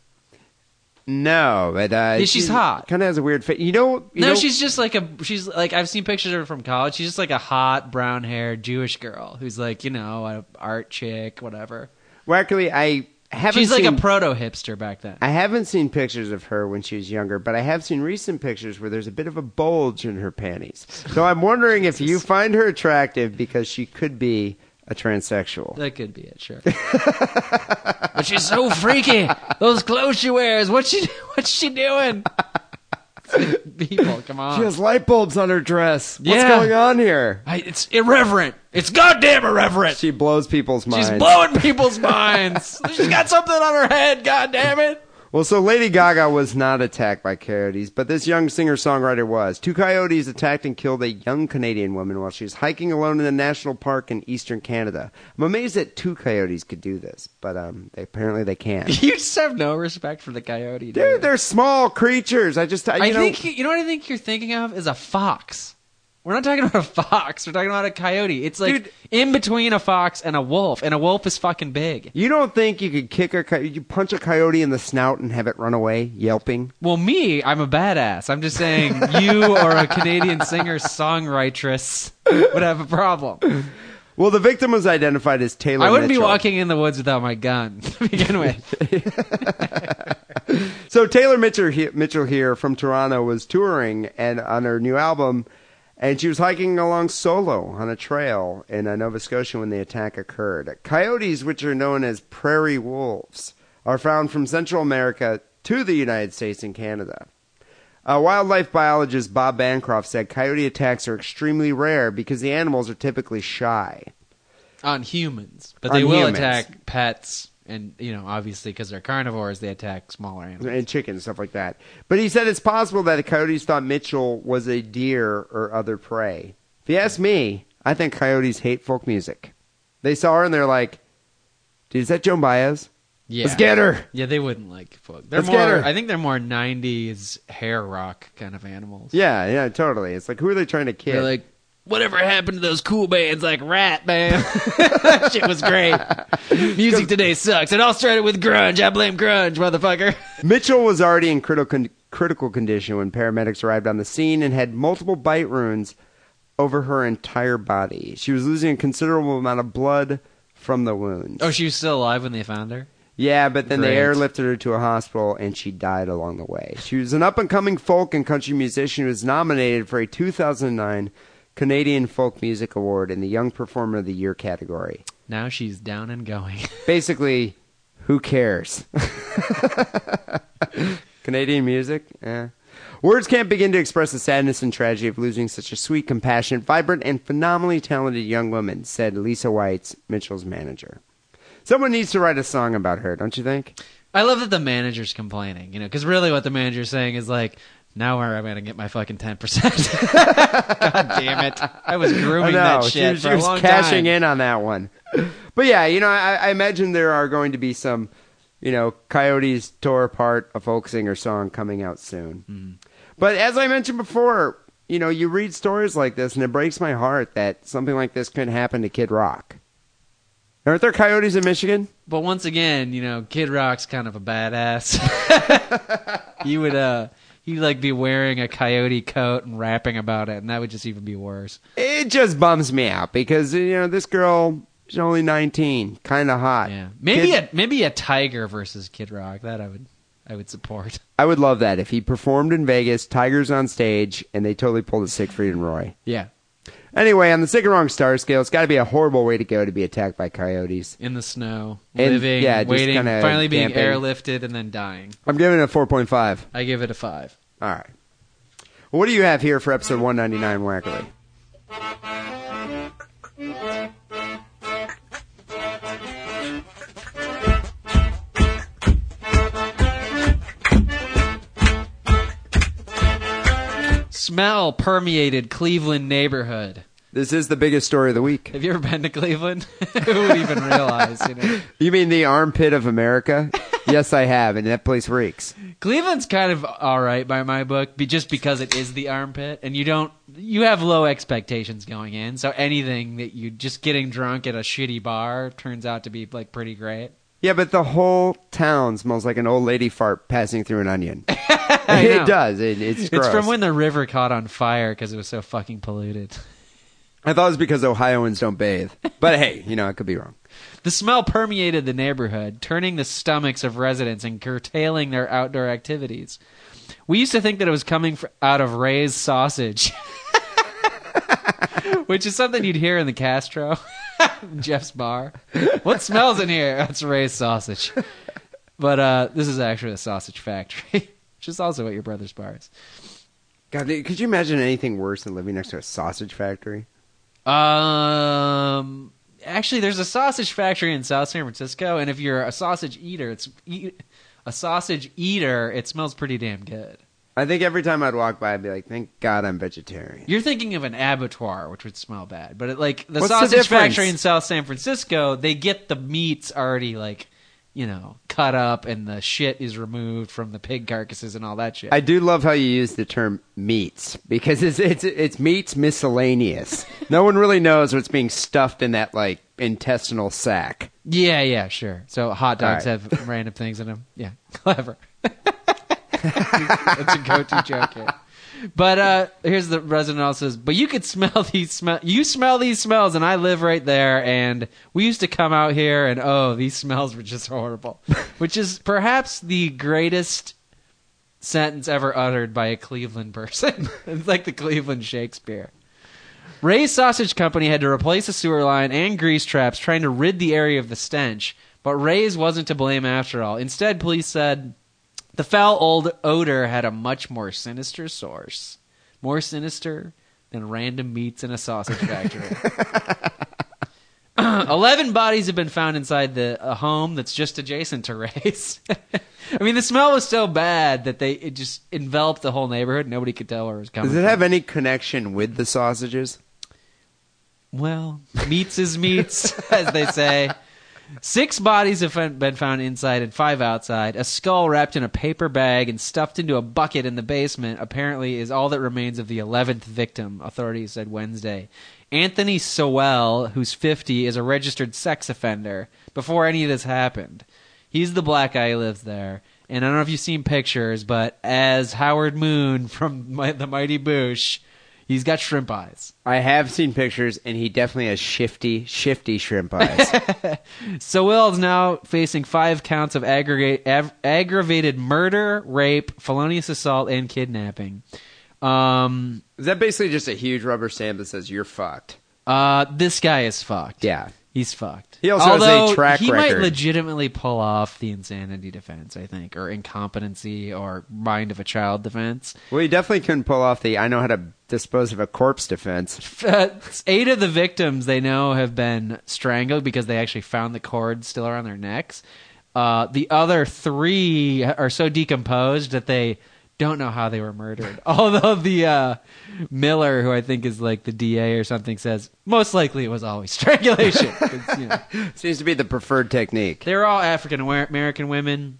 No, but uh, Yeah, she's hot. Kind of has a weird face. You know, you no, know- she's just like a. She's like I've seen pictures of her from college. She's just like a hot brown haired Jewish girl who's like you know an art chick, whatever. Wackerly, I haven't She's like seen, a proto hipster back then. I haven't seen pictures of her when she was younger, but I have seen recent pictures where there's a bit of a bulge in her panties. So I'm wondering if you find her attractive because she could be a transsexual. That could be it, sure. but she's so freaky. Those clothes she wears. What's she? What's she doing? People, come on. She has light bulbs on her dress. What's Yeah. going on here? I, it's irreverent. It's goddamn irreverent. She blows people's minds. she's blowing people's minds. she's got something on her head. God damn it. Well, so Lady Gaga was not attacked by coyotes, but this young singer songwriter was. Two coyotes attacked and killed a young Canadian woman while she was hiking alone in a national park in eastern Canada. I'm amazed that two coyotes could do this, but um, they, apparently they can. You just have no respect for the coyote, dude. Dude, they're small creatures. I just, I, you I know, think you know what I think you're thinking of is a fox. We're not talking about a fox. We're talking about a coyote. It's like Dude. in between a fox and a wolf, and a wolf is fucking big. you don't think you could kick a coyote, you punch a coyote in the snout and have it run away, yelping? Well, me, I'm a badass. I'm just saying you or a Canadian singer songwritress would have a problem. Well, the victim was identified as Taylor. I wouldn't be Mitchell. walking in the woods without my gun to begin with. So Taylor Mitchell he- Mitchell here from Toronto was touring and on her new album, and she was hiking along solo on a trail in uh, Nova Scotia when the attack occurred. Coyotes, which are known as prairie wolves, are found from Central America to the United States and Canada. Uh, wildlife biologist Bob Bancroft said coyote attacks are extremely rare because the animals are typically shy. on humans, but they On will humans. attack pets, and you know, obviously, because they're carnivores, they attack smaller animals. and chicken and stuff like that. But he said it's possible that the coyotes thought Mitchell was a deer or other prey. If you ask me, I think coyotes hate folk music. They saw her and they're like, "Dude, is that Joan Baez? Yeah, Let's get her." Yeah, they wouldn't like folk. They're Let's more. get her. I think they're more '90s hair rock kind of animals. Yeah, yeah, totally. It's like who are they trying to kid? They're like, whatever happened to those cool bands like Rat Band? Shit was great. Music today sucks. It all started with grunge. I blame grunge, motherfucker. Mitchell was already in critical critical condition when paramedics arrived on the scene and had multiple bite wounds over her entire body. She was losing a considerable amount of blood from the wounds. Oh, she was still alive when they found her. Yeah, but then they Great. airlifted her to a hospital and she died along the way. She was an up and coming folk and country musician who was nominated for a 2009 Canadian Folk Music Award in the Young Performer of the Year category. Now she's down and going. Basically, who cares? Canadian music? Eh. Words can't begin to express the sadness and tragedy of losing such a sweet, compassionate, vibrant, and phenomenally talented young woman, said Lisa Whites, Mitchell's manager. Someone needs to write a song about her, don't you think? I love that the manager's complaining, you know, because really what the manager's saying is like, now where am I going to get my fucking 10%? God damn it. I was grooming I know. that She shit was- for she was a long cashing time. in on that one. But yeah, you know, I, I imagine there are going to be some, you know, Coyotes tore apart a folk singer song coming out soon. Mm-hmm. But as I mentioned before, you know, you read stories like this, and it breaks my heart that something like this could happen to Kid Rock. Aren't there coyotes in Michigan? But once again, you know, Kid Rock's kind of a badass. he would, uh, he'd like be wearing a coyote coat and rapping about it, and that would just even be worse. It just bums me out because you know this girl. She's only nineteen, kind of hot. Yeah. Maybe Kid- a, maybe a tiger versus Kid Rock. That I would, I would support. I would love that if he performed in Vegas, Tigers on stage, and they totally pulled a Siegfried and Roy. Yeah. Anyway, on the sick and wrong star scale, it's got to be a horrible way to go to be attacked by coyotes. In the snow, And, living, yeah, just waiting, kinda finally being camping. airlifted and then dying. I'm giving it a 4.5. All I give it a five. right. What do you have here for episode 199, Wackerly? Smell permeated Cleveland neighborhood. This is the biggest story of the week. Have you ever been to Cleveland? Who would even realize? You know, You mean the armpit of America? yes, I have, and that place reeks. Cleveland's kind of all right by my book, be just because it is the armpit, and you don't you have low expectations going in. So anything that you just getting drunk at a shitty bar turns out to be like pretty great. Yeah, but the whole town smells like an old lady fart passing through an onion. know. it does. It, it's gross. It's from when the river caught on fire because it was so fucking polluted. I thought it was because Ohioans don't bathe. But hey, you know, I could be wrong. The smell permeated the neighborhood, turning the stomachs of residents and curtailing their outdoor activities. We used to think that it was coming fr- out of Ray's sausage, which is something you'd hear in the Castro, Jeff's bar. What smells in here? That's Ray's sausage. But uh, this is actually a sausage factory, which is also at your brother's bar is. God, could you imagine anything worse than living next to a sausage factory? Um, actually, there's a sausage factory in South San Francisco, and if you're a sausage eater, it's eat, a sausage eater. It smells pretty damn good. I think every time I'd walk by, I'd be like, "Thank God I'm vegetarian." You're thinking of an abattoir, which would smell bad, but it, like the What's the sausage difference? factory in South San Francisco, they get the meats already like you know cut up, and the shit is removed from the pig carcasses and all that shit. I do love how you use the term meats because it's it's it's meats miscellaneous. no one really knows what's being stuffed in that like intestinal sac. yeah, yeah, sure. So hot dogs All right. have random things in them. Yeah, clever. That's a go-to joke. Here. But uh, here's the resident also says, but you could smell these smell. You smell these smells, and I live right there. And we used to come out here, and oh, these smells were just horrible. Which is perhaps the greatest sentence ever uttered by a Cleveland person. it's like the Cleveland Shakespeare. Ray's Sausage Company had to replace a sewer line and grease traps, trying to rid the area of the stench. But Ray's wasn't to blame after all. Instead, police said The foul old odor had a much more sinister source, more sinister than random meats in a sausage factory. Eleven bodies have been found inside the a home that's just adjacent to Ray's. I mean, the smell was so bad that they it just enveloped the whole neighborhood. Nobody could tell where it was coming. Does it from. have any connection with the sausages? Well, meats is meats, as they say. Six bodies have fin- been found inside and five outside. A skull wrapped in a paper bag and stuffed into a bucket in the basement apparently is all that remains of the 11th victim, authorities said Wednesday. Anthony Sowell, who's 50, is a registered sex offender before any of this happened. He's the black guy who lives there. And I don't know if you've seen pictures, but as Howard Moon from Mi- The Mighty Boosh, he's got shrimp eyes. I have seen pictures, and he definitely has shifty, shifty shrimp eyes. So Will is now facing five counts of aggregate, av- aggravated murder, rape, felonious assault, and kidnapping. Um, Is that basically just a huge rubber stamp that says you're fucked? uh, this guy is fucked. Yeah. he's fucked. He also has a Although, track he might record. legitimately pull off the insanity defense, I think, or incompetency, or mind of a child defense. Well, he definitely couldn't pull off the I know how to dispose of a corpse defense. uh, eight of the victims they know have been strangled because they actually found the cord still around their necks. Uh, the other three are so decomposed that they don't know how they were murdered. Although the uh, Miller, who I think is like the DA or something, says most likely it was always strangulation. 'Cause, you know. Seems to be the preferred technique. They were all African American women.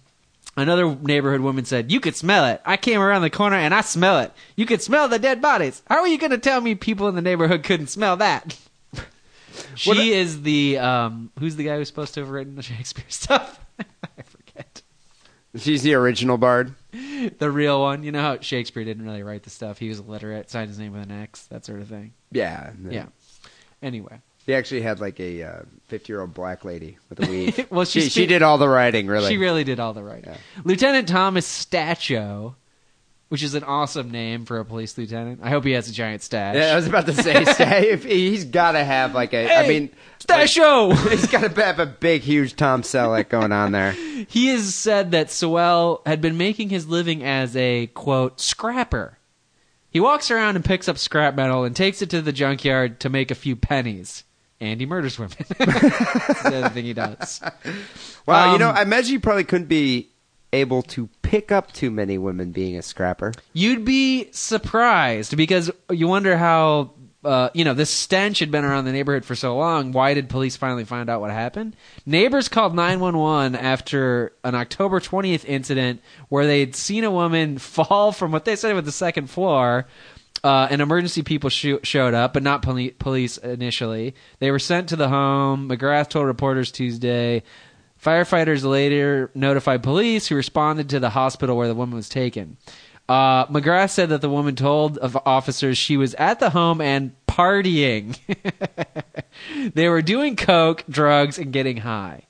Another neighborhood woman said, "You could smell it. I came around the corner and I smell it. You could smell the dead bodies. How are you going to tell me people in the neighborhood couldn't smell that?" she is the um, who's the guy who's supposed to have written the Shakespeare stuff? I forget She's the original bard. the real one. You know how Shakespeare didn't really write the stuff; he was illiterate, signed his name with an X, that sort of thing. Yeah. Yeah. Anyway, He actually had like a uh, fifty-year-old black lady with a weave. Well, she she, she speak- did all the writing, really. She really did all the writing. Lieutenant Thomas Stacho, which is an awesome name for a police lieutenant. I hope he has a giant stash. Yeah, I was about to say, say if he- he's got to have like a. I Hey, mean, Stacho! he's got to have a big, huge Tom Selleck going on there. he has said that Sewell had been making his living as a, quote, scrapper. He walks around and picks up scrap metal and takes it to the junkyard to make a few pennies. And he murders women. That's the other thing he does. Wow, you know, Um, I imagine you probably couldn't be able to pick up too many women being a scrapper. You'd be surprised because you wonder how uh, you know this stench had been around the neighborhood for so long. Why did police finally find out what happened? Neighbors called nine one one after an October twentieth incident where they'd seen a woman fall from what they said was the second floor. Uh, and emergency people sho- showed up, but not poli- police initially. They were sent to the home. McGrath told reporters Tuesday Firefighters later notified police, who responded to the hospital where the woman was taken. Uh, McGrath said that the woman told of officers she was at the home and partying. they were doing coke, drugs, and getting high.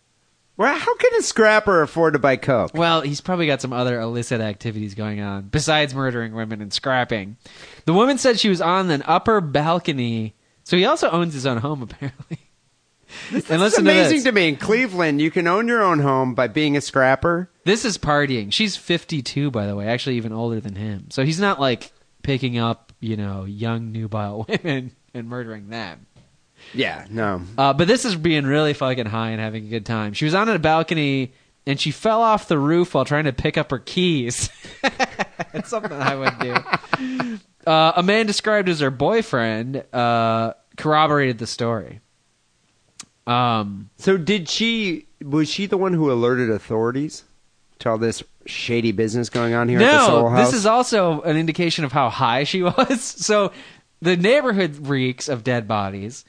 Well, how can a scrapper afford to buy coke? Well, he's probably got some other illicit activities going on besides murdering women and scrapping. The woman said she was on an upper balcony, so he also owns his own home apparently. and It's listen to amazing this. to, me. In Cleveland, you can own your own home by being a scrapper. This is partying. She's 52, by the way, actually even older than him. So he's not like picking up, you know, young nubile women and murdering them. Yeah, no. Uh, but this is being really fucking high and having a good time. She was on a balcony and she fell off the roof while trying to pick up her keys. it's something I would do. Uh, a man described as her boyfriend uh, corroborated the story. Um, So did she? Was she the one who alerted authorities to all this shady business going on here? at the Soul No, House? this is also an indication of how high she was. So the neighborhood reeks of dead bodies.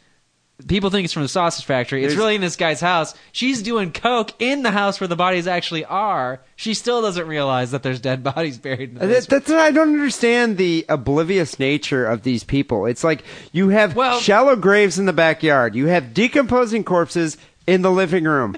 People think it's from the sausage factory. It's There's- really in this guy's house. She's doing coke in the house where the bodies actually are. She still doesn't realize that there's dead bodies buried in the Uh, That, basement. that's I don't understand the oblivious nature of these people. It's like you have Well- shallow graves in the backyard. You have decomposing corpses in the living room.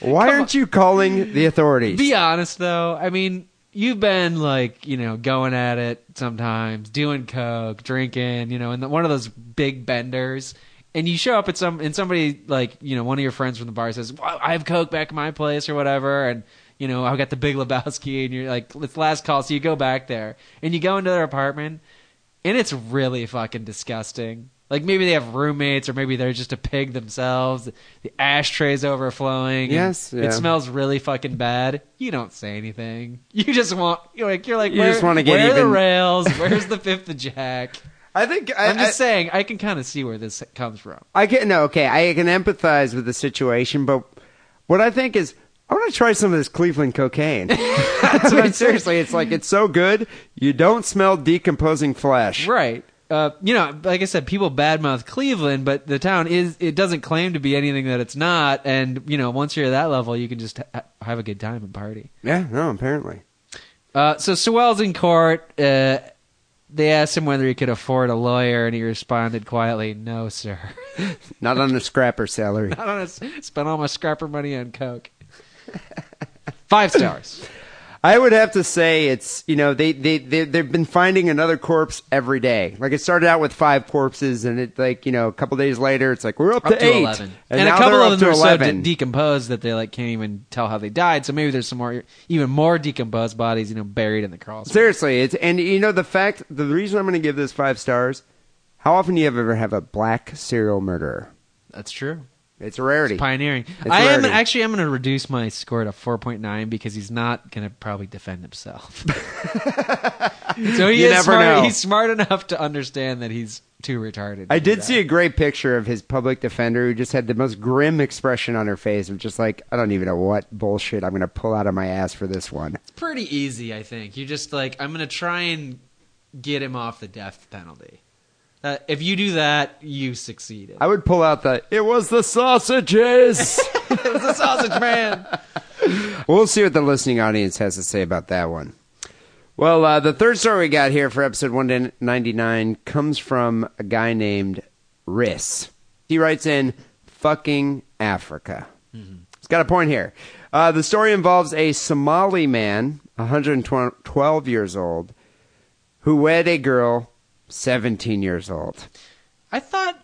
Why aren't you calling the authorities? Be honest though. I mean, you've been like, you know, going at it sometimes, doing coke, drinking, you know, and one of those big benders. And you show up at some and somebody like, you know, one of your friends from the bar says, well, "I have coke back at my place" or whatever, and you know, I've got the Big Lebowski, and you're like, it's last call, so you go back there and you go into their apartment, and it's really fucking disgusting. Like maybe they have roommates, or maybe they're just a pig themselves. The ashtrays overflowing. and Yes, yeah. it smells really fucking bad. You don't say anything. You just want you're like you're like You where, just wanna get where are the even. rails? Where's the fifth of Jack? I think I, I'm just saying I can kind of see where this comes from. I can no okay. I can empathize with the situation, but what I think is I want to try some of this Cleveland cocaine. I mean, seriously, it's like it's so good you don't smell decomposing flesh. Right. Uh, you know, like I said, people badmouth Cleveland, but the town is it doesn't claim to be anything that it's not. And you know, once you're at that level, you can just ha- have a good time and party. Yeah, no, apparently. Uh, so Sewell's in court. Uh, they asked him whether he could afford a lawyer, and he responded quietly, "No, sir. Not on a scrapper salary. I don't know, spend all my scrapper money on coke." Five stars. I would have to say it's you know they they, they they've been finding another corpse every day. Like it started out with five corpses, and it like you know a couple days later it's like we're up, Up to, eight, eleven, and, a now couple they're of up them to are so de- eleven. decomposed that they like can't even tell how they died. So maybe there's some more, even more decomposed bodies, you know, buried in the crawl. space. Seriously, it's and you know the fact the reason I'm going to give this five stars. How often do you ever have a black serial murderer? That's true. It's a rarity. Pioneering. It's I am rarity. actually. I'm going to reduce my score to 4.9 because he's not going to probably defend himself. so he You is never smart. know. He's smart enough to understand that he's too retarded. to I do did that. see a great picture of his public defender who just had the most grim expression on her face of just like I don't even know what bullshit I'm going to pull out of my ass for this one. It's pretty easy. I think you're just like I'm going to try and get him off the death penalty. Uh, if you do that, you succeeded. I would pull out the it was the sausages. it was a sausage man. We'll see what the listening audience has to say about that one. Well, uh, the third story we got here for episode 199 comes from a guy named Riss. He writes in, fucking Africa. Mm-hmm. It's got a point here. Uh, the story involves a Somali man, 112 years old, who wed a girl, 17 years old. I thought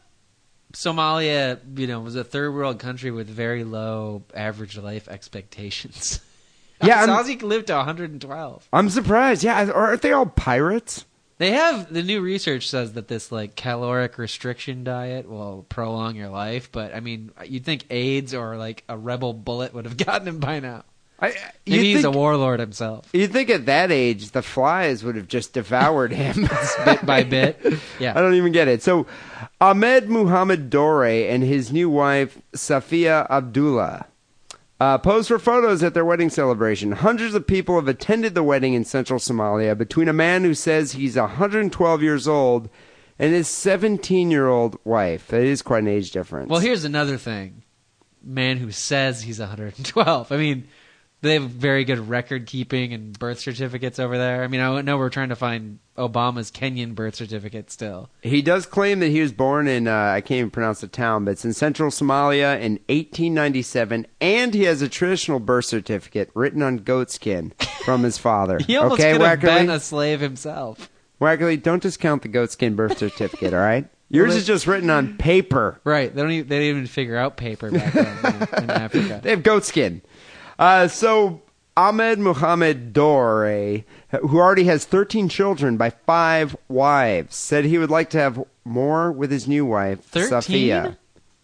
Somalia, you know, was a third world country with very low average life expectations. Yeah, I'm- Sazik lived to 112. I'm surprised. Yeah, I- aren't they all pirates? They have the new research says that this like caloric restriction diet will prolong your life, but I mean, you'd think AIDS or like a rebel bullet would have gotten him by now. I, Maybe you'd he's a think- warlord himself. You'd think at that age the flies would have just devoured him Bit by bit. Yeah. I don't even get it. So, Ahmed Muhammad Dore and his new wife, Safia Abdullah, uh, posed for photos at their wedding celebration. Hundreds of people have attended the wedding in central Somalia between a man who says he's 112 years old and his 17 year old wife. That is quite an age difference. Well, here's another thing. Man who says he's 112. I mean, they have very good record keeping and birth certificates over there. I mean, I know we're trying to find Obama's Kenyan birth certificate still. He does claim that he was born in, uh, I can't even pronounce the town, but it's in central Somalia in 1897, and he has a traditional birth certificate written on goatskin from his father. He almost okay, could have been Wackerly? a slave himself. Wackerly, don't discount the goatskin birth certificate, all right? Yours is just written on paper. Right. They don't even, they didn't even figure out paper back then in, in Africa. They have goatskin. Uh, so, Ahmed Muhammad Dore, who already has 13 children by five wives, said he would like to have more with his new wife, 13? Safia.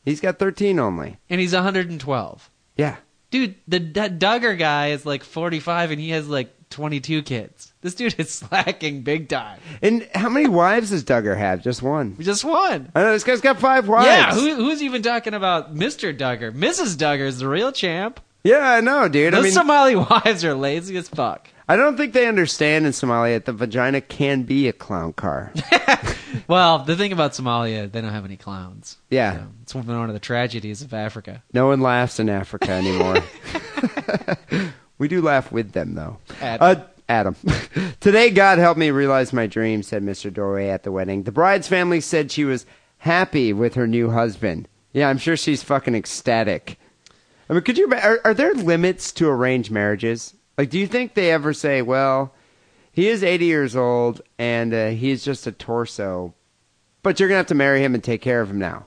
He's got 13 only. And he's 112. Yeah. Dude, the D- Duggar guy is like 45 and he has like 22 kids. This dude is slacking big time. And how many wives does Duggar have? Just one. We just won. I know this guy's got five wives. Yeah, who, who's even talking about Mr. Duggar? Mrs. Duggar is the real champ. yeah, I know, dude. Those I mean, Somali wives are lazy as fuck. I don't think they understand in Somalia that the vagina can be a clown car. Well, the thing about Somalia, they don't have any clowns. Yeah. So it's one of the tragedies of Africa. no one laughs in Africa anymore. we do laugh with them, though. At- Uh, Adam. Today, God helped me realize my dream, said Mr. Dorway at the wedding. The bride's family said she was happy with her new husband. Yeah, I'm sure she's fucking ecstatic. I mean, could you? ima- Are, are there limits to arranged marriages? Like, do you think they ever say, "Well, he is 80 years old and uh, he is just a torso, but you're gonna have to marry him and take care of him now"?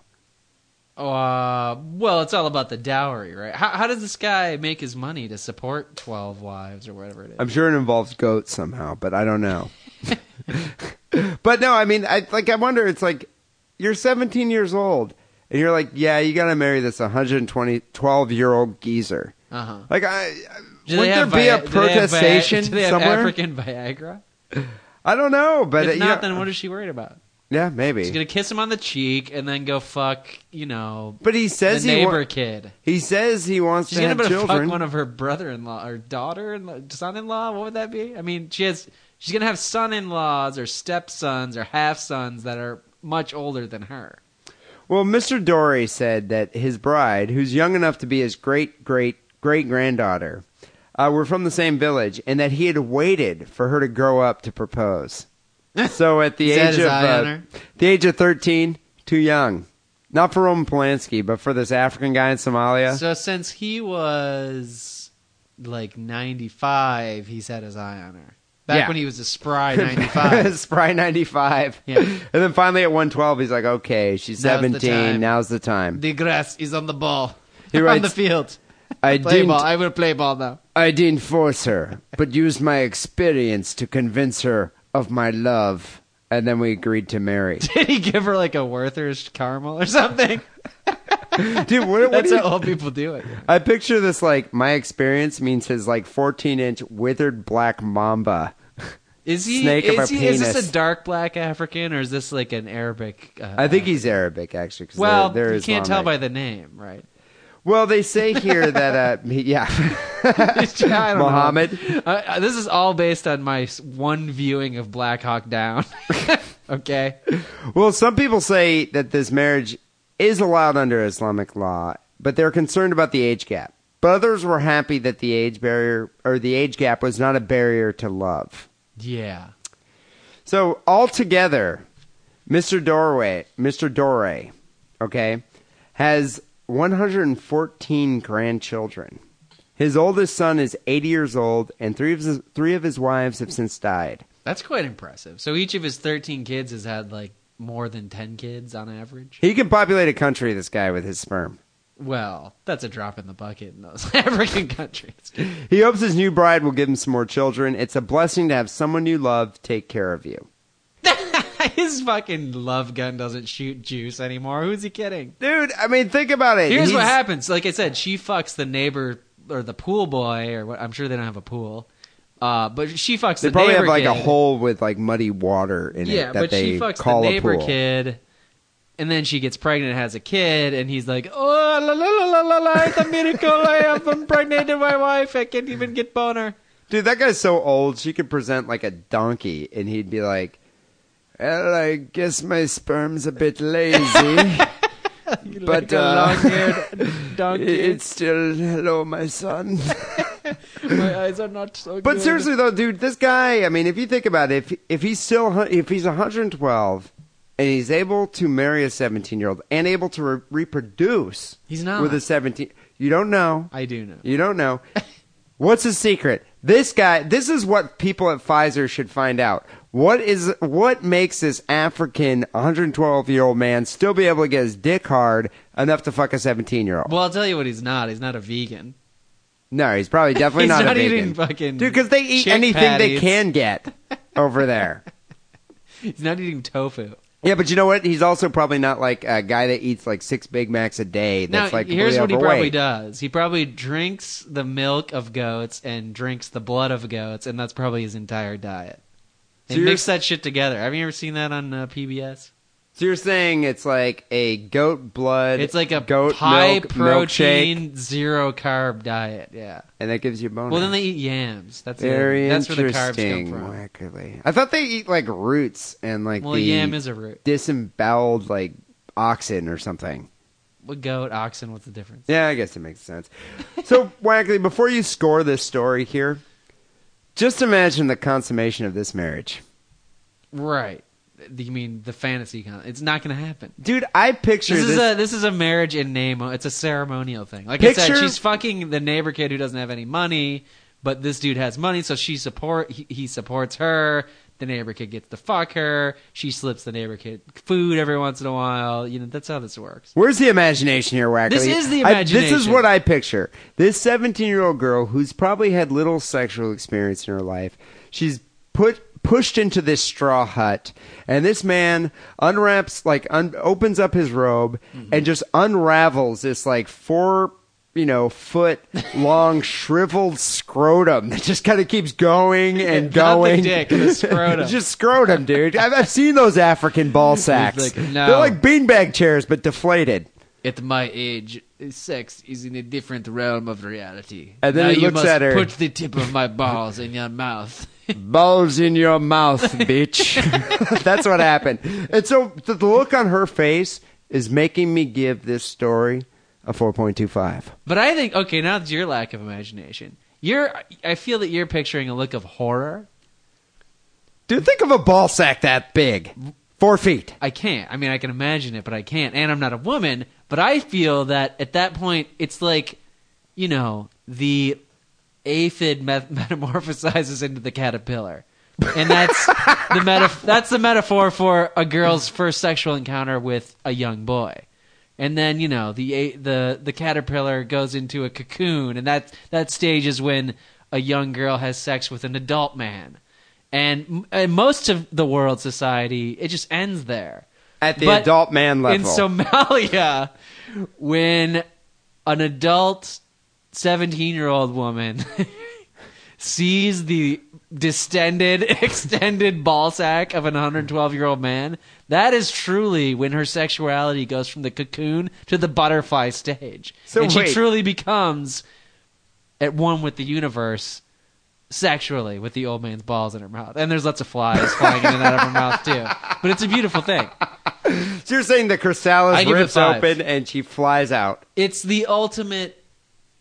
Uh, well, it's all about the dowry, right? How, how does this guy make his money to support twelve wives or whatever it is? I'm sure it involves goats somehow, but I don't know. but no, I mean, I like. I wonder. It's like you're 17 years old, and you're like, yeah, you gotta marry this 120 12 year old geezer. Uh huh. Like, I, wouldn't there be a protestation do they have somewhere? African Viagra? I don't know, but uh, if you not, know- then what is she worried about? yeah, maybe. She's gonna kiss him on the cheek and then go fuck, you know, but he says the he neighbor wa- kid. he says he wants She's to gonna have be able to fuck children. one of her brother-in-law or daughter-in-law, son-in-law. What would that be? I mean, she has. She's gonna have son-in-laws or stepsons or half-sons that are much older than her. Well, Mr. Dory said that his bride, who's young enough to be his great great great granddaughter, uh, were from the same village, and that he had waited for her to grow up to propose. So at the Is that age his of eye on uh, her? the age of thirteen, too young, not for Roman Polanski, but for this African guy in Somalia. So since he was like 95, he's had his eye on her. Back Yeah. when he was a spry 95. Spry ninety five, Yeah. and then finally at one twelve, he's like, "Okay, she's Now's the seventeen. time. Now's the time." the grass is on the ball. He on the writes- field. I Play didn't ball. I will play ball now. I didn't force her, but used my experience to convince her of my love, and then we agreed to marry. Did he give her like a Werther's caramel or something? Dude, what, what That's do you, how old people do it. I picture this like my experience means his like 14 inch withered black mamba. Is he? Snake of is, a he is this penis. a dark black African or is this like an Arabic? Uh, I think he's Arabic actually. 'cause Well, they're- they're you can't tell Islamic. by the name, right? Well, they say here that uh, he- yeah, I don't know. Muhammad. Uh, Uh, this is all based on my s- one viewing of Black Hawk Down. okay. Well, some people say that this marriage is allowed under Islamic law, but they're concerned about the age gap. But others were happy that the age barrier or the age gap was not a barrier to love. Yeah. So altogether, Mr. Dorway, Mr. Dore, okay, has 114 grandchildren. His oldest son is 80 years old, and three of his, three of his wives have since died. That's quite impressive. So each of his 13 kids has had like more than 10 kids on average. He can populate a country, this guy, with his sperm. Well, that's a drop in the bucket in those African countries. He hopes his new bride will give him some more children. It's a blessing to have someone you love take care of you. His fucking love gun doesn't shoot juice anymore. Who's he kidding? Dude, I mean, think about it. Here's what He's- happens. Like I said, she fucks the neighbor or the pool boy, or what, I'm sure they don't have a pool. Uh, but she fucks They the probably neighbor have like a kid. hole with like muddy water in yeah, it that but they she fucks call the a neighbor pool. kid, and then she gets pregnant, and has a kid, and he's like, "Oh la la la la la la! It's a miracle! I have impregnated my wife. I can't even get boner." Dude, that guy's so old. She could present like a donkey, and he'd be like, "Well, I guess my sperm's a bit lazy, but like a uh, long-haired donkey. it's still hello, my son." my eyes are not so. But good. seriously though, dude, this guy. I mean, if you think about it, if if he's still hun- if he's 112 and he's able to marry a 17 year old and able to re- reproduce, He's not. with a 17. You don't know. I do know. You don't know. What's his secret? This guy. This is what people at Pfizer should find out. What is what makes this African 112 year old man still be able to get his dick hard enough to fuck a 17 year old? Well, I'll tell you what he's not. He's not a vegan. No, he's probably definitely He's not, not a vegan. eating fucking dude because they eat chick anything they patties. can get over there. He's not eating tofu. Yeah, but you know what? He's also probably not like a guy that eats like six Big Macs a day. That's now, like here's really what he probably overweight. does. He probably drinks the milk of goats and drinks the blood of goats, and that's probably his entire diet. They So you're- mix that shit together. Have you ever seen that on uh, PBS? So you're saying it's like a goat blood. It's like a goat high milk milkshake, protein, zero carb diet. Yeah. and that gives you bonus. Well, then they eat yams. That's the- very that's where the carbs interesting. come from. Wackerly. I thought they eat like roots and like Well, the yam is a root. disemboweled like oxen or something. What goat, oxen? What's the difference? Yeah, I guess it makes sense. So, Wackley, before you score this story here, just imagine the consummation of this marriage. Right. You mean the fantasy? Con- it's not going to happen. Dude, I picture This this. is a this is a marriage in name. uh, It's a ceremonial thing. Like I said, Picture- she's fucking the neighbor kid who doesn't have any money, but this dude has money, so she support he, he supports her. The neighbor kid gets to fuck her. She slips the neighbor kid food every once in a while. You know that's how this works. Where's the imagination here, Wackerly? This is the I- this is imagination. what I picture. This 17 year old girl who's probably had little sexual experience in her life, she's put pushed into this straw hut, and this man unwraps, like, un- opens up his robe Mm-hmm. and just unravels this, like, four. You know, foot long shriveled scrotum that just kind of keeps going and Not the going. dick, the scrotum. It's just scrotum, dude. I've, I've seen those African ball sacks. like, no. They're like beanbag chairs, but deflated. At my age, sex is in a different realm of reality. And then Now he you looks must at her. Put the tip of my balls in your mouth. balls in your mouth, bitch. That's what happened. And so the, the look on her face is making me give this story a 4.25. But I think okay, now that's your lack of imagination. You're I feel that you're picturing a look of horror. Dude, think of a ball sack that big. Four feet. I can't. I mean, I can imagine it, but I can't. And I'm not a woman, but I feel that at that point it's like, you know, the aphid met- metamorphosizes into the caterpillar. And that's the metaf- that's the metaphor for a girl's first sexual encounter with a young boy. And then, you know, the a- the the caterpillar goes into a cocoon, and that that stage is when a young girl has sex with an adult man. And, and most of the world society, it just ends there. At the But adult man level. In Somalia, when an adult 17 year old woman sees the distended, extended ball sack of an 112 year old man, that is truly when her sexuality goes from the cocoon to the butterfly stage. So and she wait. truly becomes at one with the universe sexually with the old man's balls in her mouth. And there's lots of flies flying in and out of her mouth, too. But it's a beautiful thing. So you're saying the I chrysalis give it rips five. open and she flies out. it's the ultimate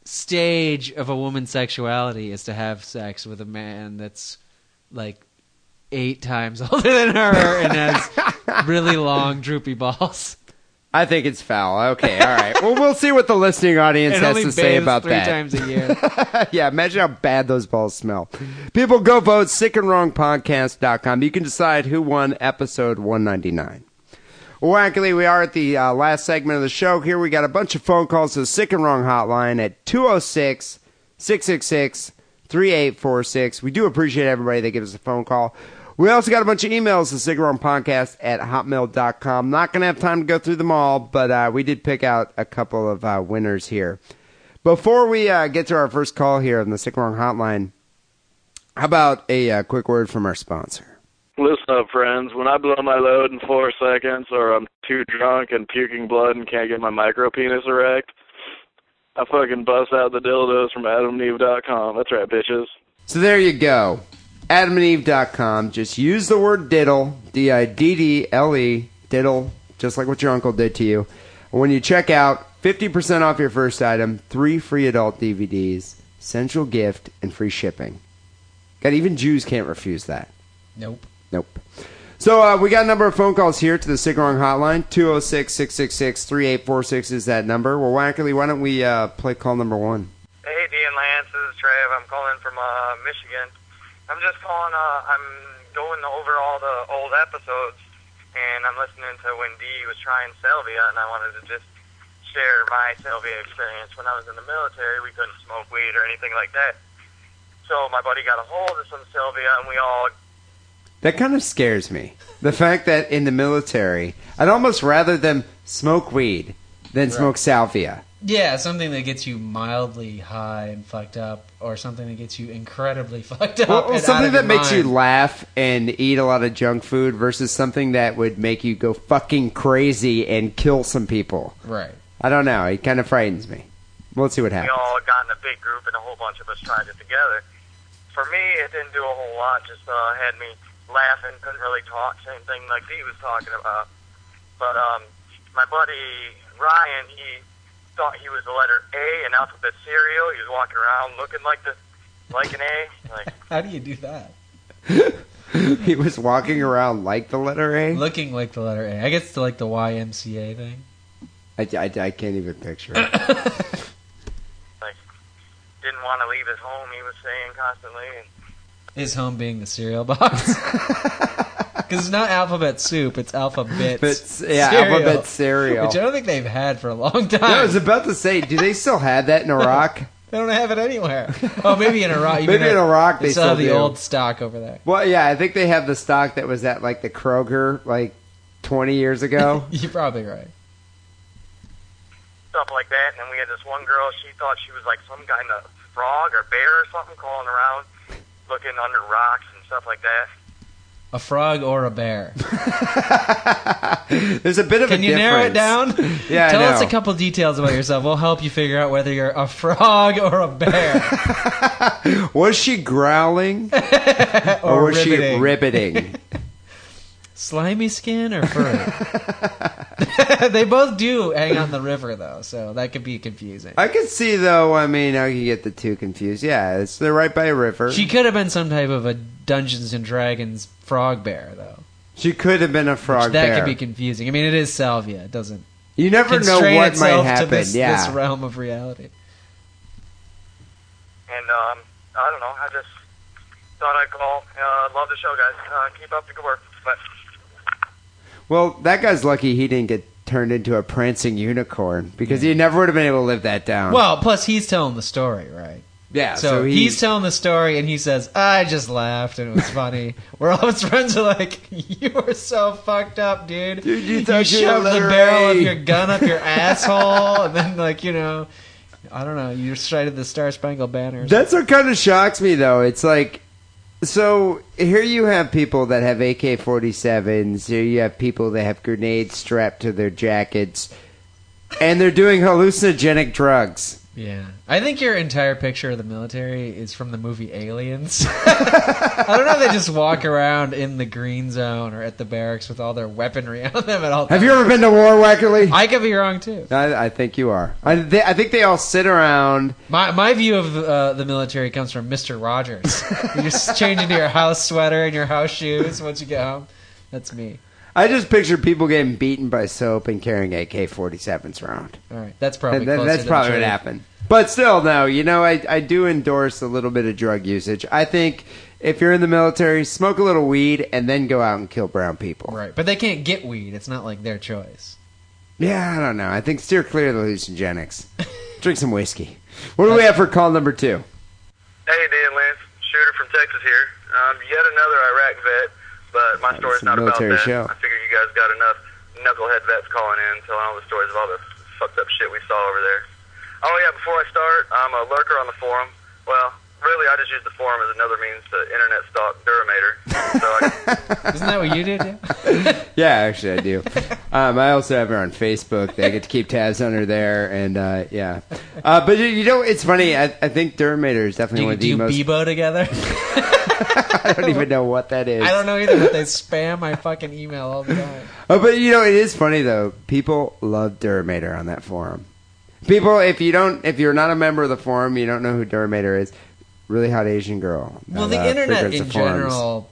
stage of a woman's sexuality is to have sex with a man that's like eight times older than her and has really long droopy balls I think it's foul. Okay, all right. well, we'll see what the listening audience and has only to say bathes about three that. times a year. yeah, imagine how bad those balls smell. People go vote sickandwrongpodcast.com. You can decide who won episode 199. Well, Wackily, we are at the uh, last segment of the show here. We got a bunch of phone calls to the Sick and Wrong hotline at 206 666 3846. We do appreciate everybody that gives us a phone call. We also got a bunch of emails to Sick and Wrong Podcast at hotmail.com. Not going to have time to go through them all, but uh, we did pick out a couple of uh, winners here. Before we uh, get to our first call here on the Sick and Wrong Hotline, how about a uh, quick word from our sponsor? Listen up, friends. When I blow my load in four seconds, or I'm too drunk and puking blood and can't get my micro penis erect, I fucking bust out the dildos from AdamandEve.com. That's right, bitches. So there you go. AdamandEve.com. Just use the word diddle, D I D D L E, diddle, just like what your uncle did to you. And when you check out, 50% off your first item, three free adult DVDs, central gift, and free shipping. God, even Jews can't refuse that. nope. Nope. So uh, we got a number of phone calls here to the Sick and Wrong Hotline. 206 666 3846 is that number. Well, Wackerly, why don't we uh, play call number one? Hey, Dean Lance, this is Trev. I'm calling from uh, Michigan. I'm just calling. Uh, I'm going over all the old episodes, and I'm listening to when Dee was trying Selvia, and I wanted to just share my Selvia experience. When I was in the military, we couldn't smoke weed or anything like that. So my buddy got a hold of some Selvia, and we all That kind of scares me. The fact that in the military, I'd almost rather them smoke weed than smoke salvia. Yeah, something that gets you mildly high and fucked up, or something that gets you incredibly fucked up. Well, something that makes you laugh and eat a lot of junk food versus something that would make you go fucking crazy and kill some people. right. I don't know. It kind of frightens me. We'll see what we happens. all got in a big group, and a whole bunch of us tried it together. For me, it didn't do a whole lot. Just uh, had me laughing, couldn't really talk. Same thing like he was talking about. But um, my buddy Ryan, he thought he was the letter A in alphabet cereal. He was walking around looking like the like an A. Like How do you do that? He was walking around like the letter A. Looking like the letter A. I guess it's like the YMCA thing. I, I, I can't even picture it. didn't want to leave his home. He was saying constantly, and his home being the cereal box. Because it's not alphabet soup, it's alphabet Bits- yeah, alphabet cereal. Which I don't think they've had for a long time. I was about to say, do they still have that in Iraq? They don't have it anywhere. Oh, maybe in Iraq. you Maybe mean in Iraq they still have still the do. old stock over there. Well, yeah, I think they have the stock that was at like the Kroger like 20 years ago. You're probably right. stuff like that. And then we had this one girl, she thought she was like some kind of frog or bear or something crawling around, looking under rocks and stuff like that. A frog or a bear? There's a bit of Can a you narrow it down? Yeah, I Tell us know. a couple details about yourself. We'll help you figure out whether you're a frog or a bear. down? Was she growling or, or was she riveting. ribbiting? Slimy skin or furry? they both do hang out in the river though, so that could be confusing. I could see though. I mean, I could get the two confused. Yeah, it's, they're right by a river. She could have been some type of a Dungeons and Dragons frog bear though. She could have been a frog Which that bear. could be confusing. I mean, it is salvia. It doesn't you never know constrain what might itself happen. to this, yeah, this realm of reality. And um, I don't know, I just thought I'd call. Uh, love the show, guys. Uh, keep up the good work. But Well, that guy's lucky he didn't get turned into a prancing unicorn because he never would have been able to live that down. Well, plus he's telling the story, right? yeah, So, so, he- he's telling the story, and he says, "I just laughed, and it was funny." Where all his friends are like, "You were so fucked up, dude. Dude, you thought you shoved the were barrel of right." your gun up your asshole, and then like you know, I don't know, you recited the Star Spangled Banner." or that's what kind of shocks me though. It's like, so here you have people that have AK 47s, here you have people that have grenades strapped to their jackets, and they're doing hallucinogenic drugs. Yeah. I think your entire picture of the military is from the movie Aliens. I don't know if they just walk around in the green zone or at the barracks with all their weaponry on them at all Have times. you ever been to war, Wackerly? I could be wrong too. I, I think you are. I, they, I think they all sit around. My my view of uh, the military comes from Mister Rogers. you just change into your house sweater and your house shoes once you get home. That's me. I just picture people getting beaten by soap and carrying AK 47s around. All right, that's probably That- that- closer that's to probably the what truth. happened. But still, no, you know, I, I do endorse a little bit of drug usage. I think if you're in the military, smoke a little weed and then go out and kill brown people. Right, but they can't get weed. It's not like their choice. Yeah, I don't know. I think steer clear of the hallucinogenics. Drink some whiskey. What do we have for call number two? hey, Dan Lance, shooter from Texas here. Um, yet another Iraq vet, but my Oh, story's it's a not about military that. show. I figure you guys got enough knucklehead vets calling in, telling all the stories of all the fucked up shit we saw over there. Oh yeah, before I start, I'm a lurker on the forum. Well, really, I just use the forum as another means to internet stalk Duramater. So I Isn't that what you did? Dan? Yeah, actually, I do. um, I also have her on Facebook. I get to keep tabs on her there. And uh, yeah. Uh, but you, you know, it's funny. I, I think Dermator is Do definitely one you, of do the you most. Bebo together? I don't even know what that is. I don't know either, but they spam my fucking email all the time. Oh, but you know, it is funny though. People love Duramater on that forum. People, if you don't, if you're not a member of the forum, you don't know who Duramater is. Really hot Asian girl. Well, that, the uh, internet frequents in the forums. general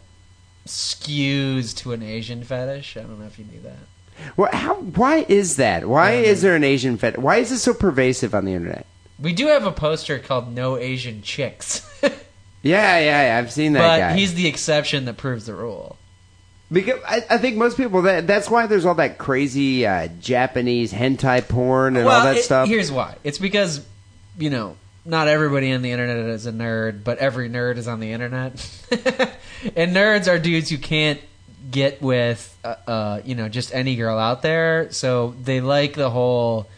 skews to an Asian fetish. I don't know if you knew that. Well, how? Why is that? Why I don't is there an Asian fed? Why is this so pervasive on the internet? We do have a poster called "No Asian Chicks," but Yeah, yeah, yeah I've seen that guy. he's the exception that proves the rule. because I, I think most people that that's why there's all that crazy uh, Japanese hentai porn and well, all that it- stuff. here's why: it's because you know not everybody on the internet is a nerd, but every nerd is on the internet, and nerds are dudes who can't get with uh, uh, you know just any girl out there, so they like the whole.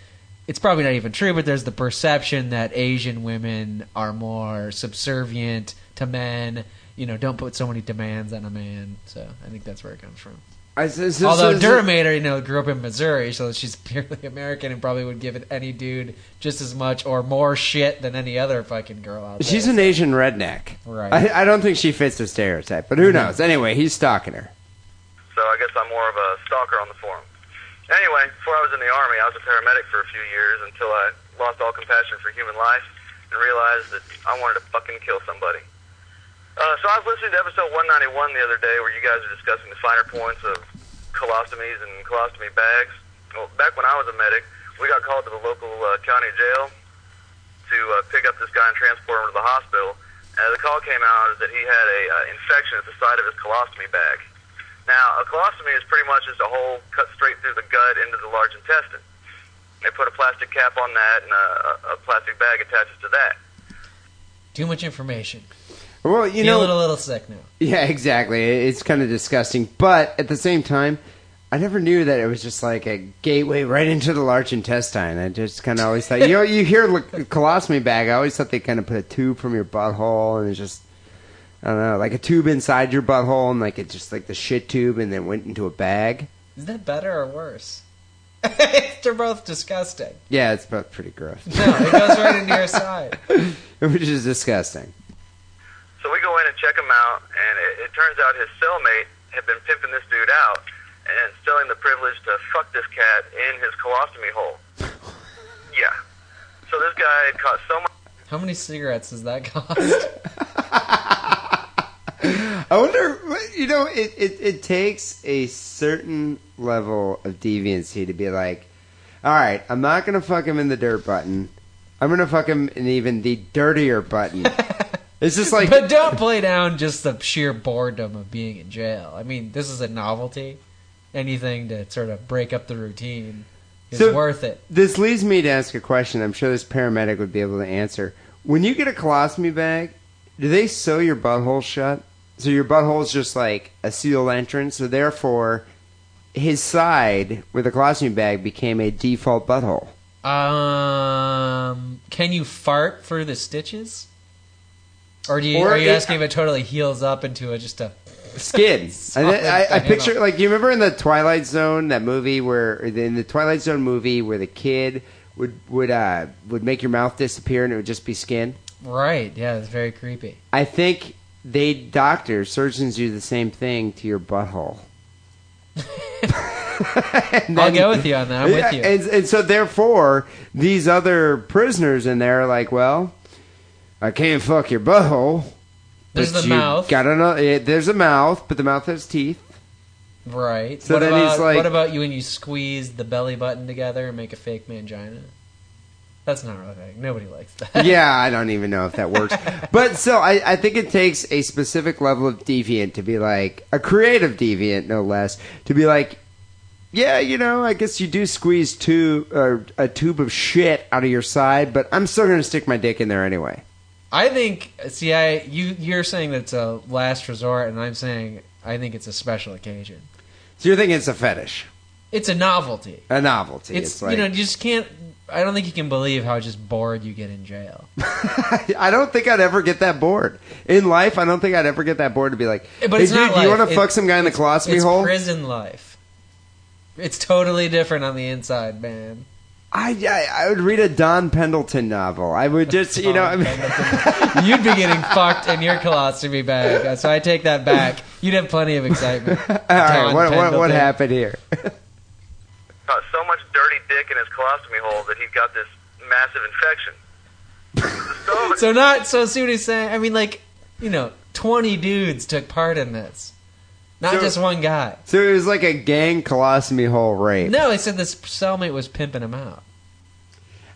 It's probably not even true, but there's the perception that Asian women are more subservient to men. You know, don't put so many demands on a man. So I think that's where it comes from. I- so- so- Although so- so- Duramater, you know, grew up in Missouri, so she's purely American and probably would give it any dude just as much or more shit than any other fucking girl out there. She's an Asian redneck. Right. Mm-hmm. I, I don't think she fits the stereotype, but who knows? Anyway, he's stalking her. So I guess I'm more of a stalker on the forum. Anyway, before I was in the Army, I was a paramedic for a few years until I lost all compassion for human life and realized that I wanted to fucking kill somebody. Uh, so I was listening to episode 191 the other day where you guys were discussing the finer points of colostomies and colostomy bags. Well, back when I was a medic, we got called to the local uh, county jail to uh, pick up this guy and transport him to the hospital. Uh, the call came out that he had a uh, infection at the side of his colostomy bag. Now, a colostomy is pretty much just a hole cut straight through the gut into the large intestine. They put a plastic cap on that, and a, a- a plastic bag attaches to that. Too much information. Well, you Feeling know, a little sick now. Yeah, exactly. It- It's kind of disgusting, but at the same time, I never knew that it was just like a gateway right into the large intestine. I just kind of always thought, you know, you hear lo- colostomy bag. I always thought they kind of put a tube from your butthole, and it's just, I don't know, like a tube inside your butthole, and like it's just like the shit tube, and then went into a bag. Is that better or worse? They're both disgusting. Yeah, it's about pretty gross, No, it goes right into your side. which is disgusting. So we go in and check him out, and it, it turns out his cellmate had been pimping this dude out and selling the privilege to fuck this cat in his colostomy hole. Yeah. So this guy had caught so much. How many cigarettes does that cost? I wonder, you know, it, it, it takes a certain level of deviancy to be like, all right, I'm not going to fuck him in the dirt button. I'm going to fuck him in even the dirtier button. it's just like, but don't play down just the sheer boredom of being in jail. I mean, this is a novelty. Anything to sort of break up the routine is So- worth it. this leads me to ask a question I'm sure this paramedic would be able to answer. When you get a colostomy bag, do they sew your butthole shut? So your butthole's just like a sealed entrance, so therefore his side with a colostomy bag became a default butthole. Um, can you fart for the stitches? Or do you, Or are you it- asking if it totally heals up into a, just a skin. I, Solid I, I banana. picture like you remember in the Twilight Zone that movie where in the Twilight Zone movie where the kid would would uh would make your mouth disappear and it would just be skin. right? Yeah, it's very creepy. I think they doctors surgeons do the same thing to your butthole. And I'll then- go with you on that. I'm with you. And, and so therefore these other prisoners in there are like, well, I can't fuck your butthole. There's but the you mouth, Got another, there's a mouth, but the mouth has teeth. right? So what then about, he's like- what about you when you squeeze the belly button together and make a fake mangina? That's not really fake. Nobody likes that. yeah, I don't even know if that works. But so I, I think it takes a specific level of deviant to be like a creative deviant, no less, to be like, yeah, you know, I guess you do squeeze two uh, a tube of shit out of your side, but I'm still going to stick my dick in there anyway. I think. See, I you you're saying that's a last resort, and I'm saying I think it's a special occasion. So you're thinking it's a fetish, It's a novelty. a novelty. It's, It's, like you know you just can't. I don't think you can believe how just bored you get in jail. I don't think I'd ever get that bored in life. I don't think I'd ever get that bored to be like, Eh, hey, But it's dude, not do you life. want to It- fuck some guy in the it's- colostomy it's hole? Prison life. It's totally different on the inside, man. I, I I would read a Don Pendleton novel. I would just you know. Oh, I mean, You'd be getting fucked in your colostomy bag. So I take that back. You'd have plenty of excitement. All right, what, what, Don what Pendleton. happened here? caught so much dirty dick in his colostomy hole that he got this massive infection. so, So not so. See what he's saying? I mean, like you know, twenty dudes took part in this, not So- just one guy. So it was like a gang colostomy hole rape. No, they said this cellmate was pimping him out.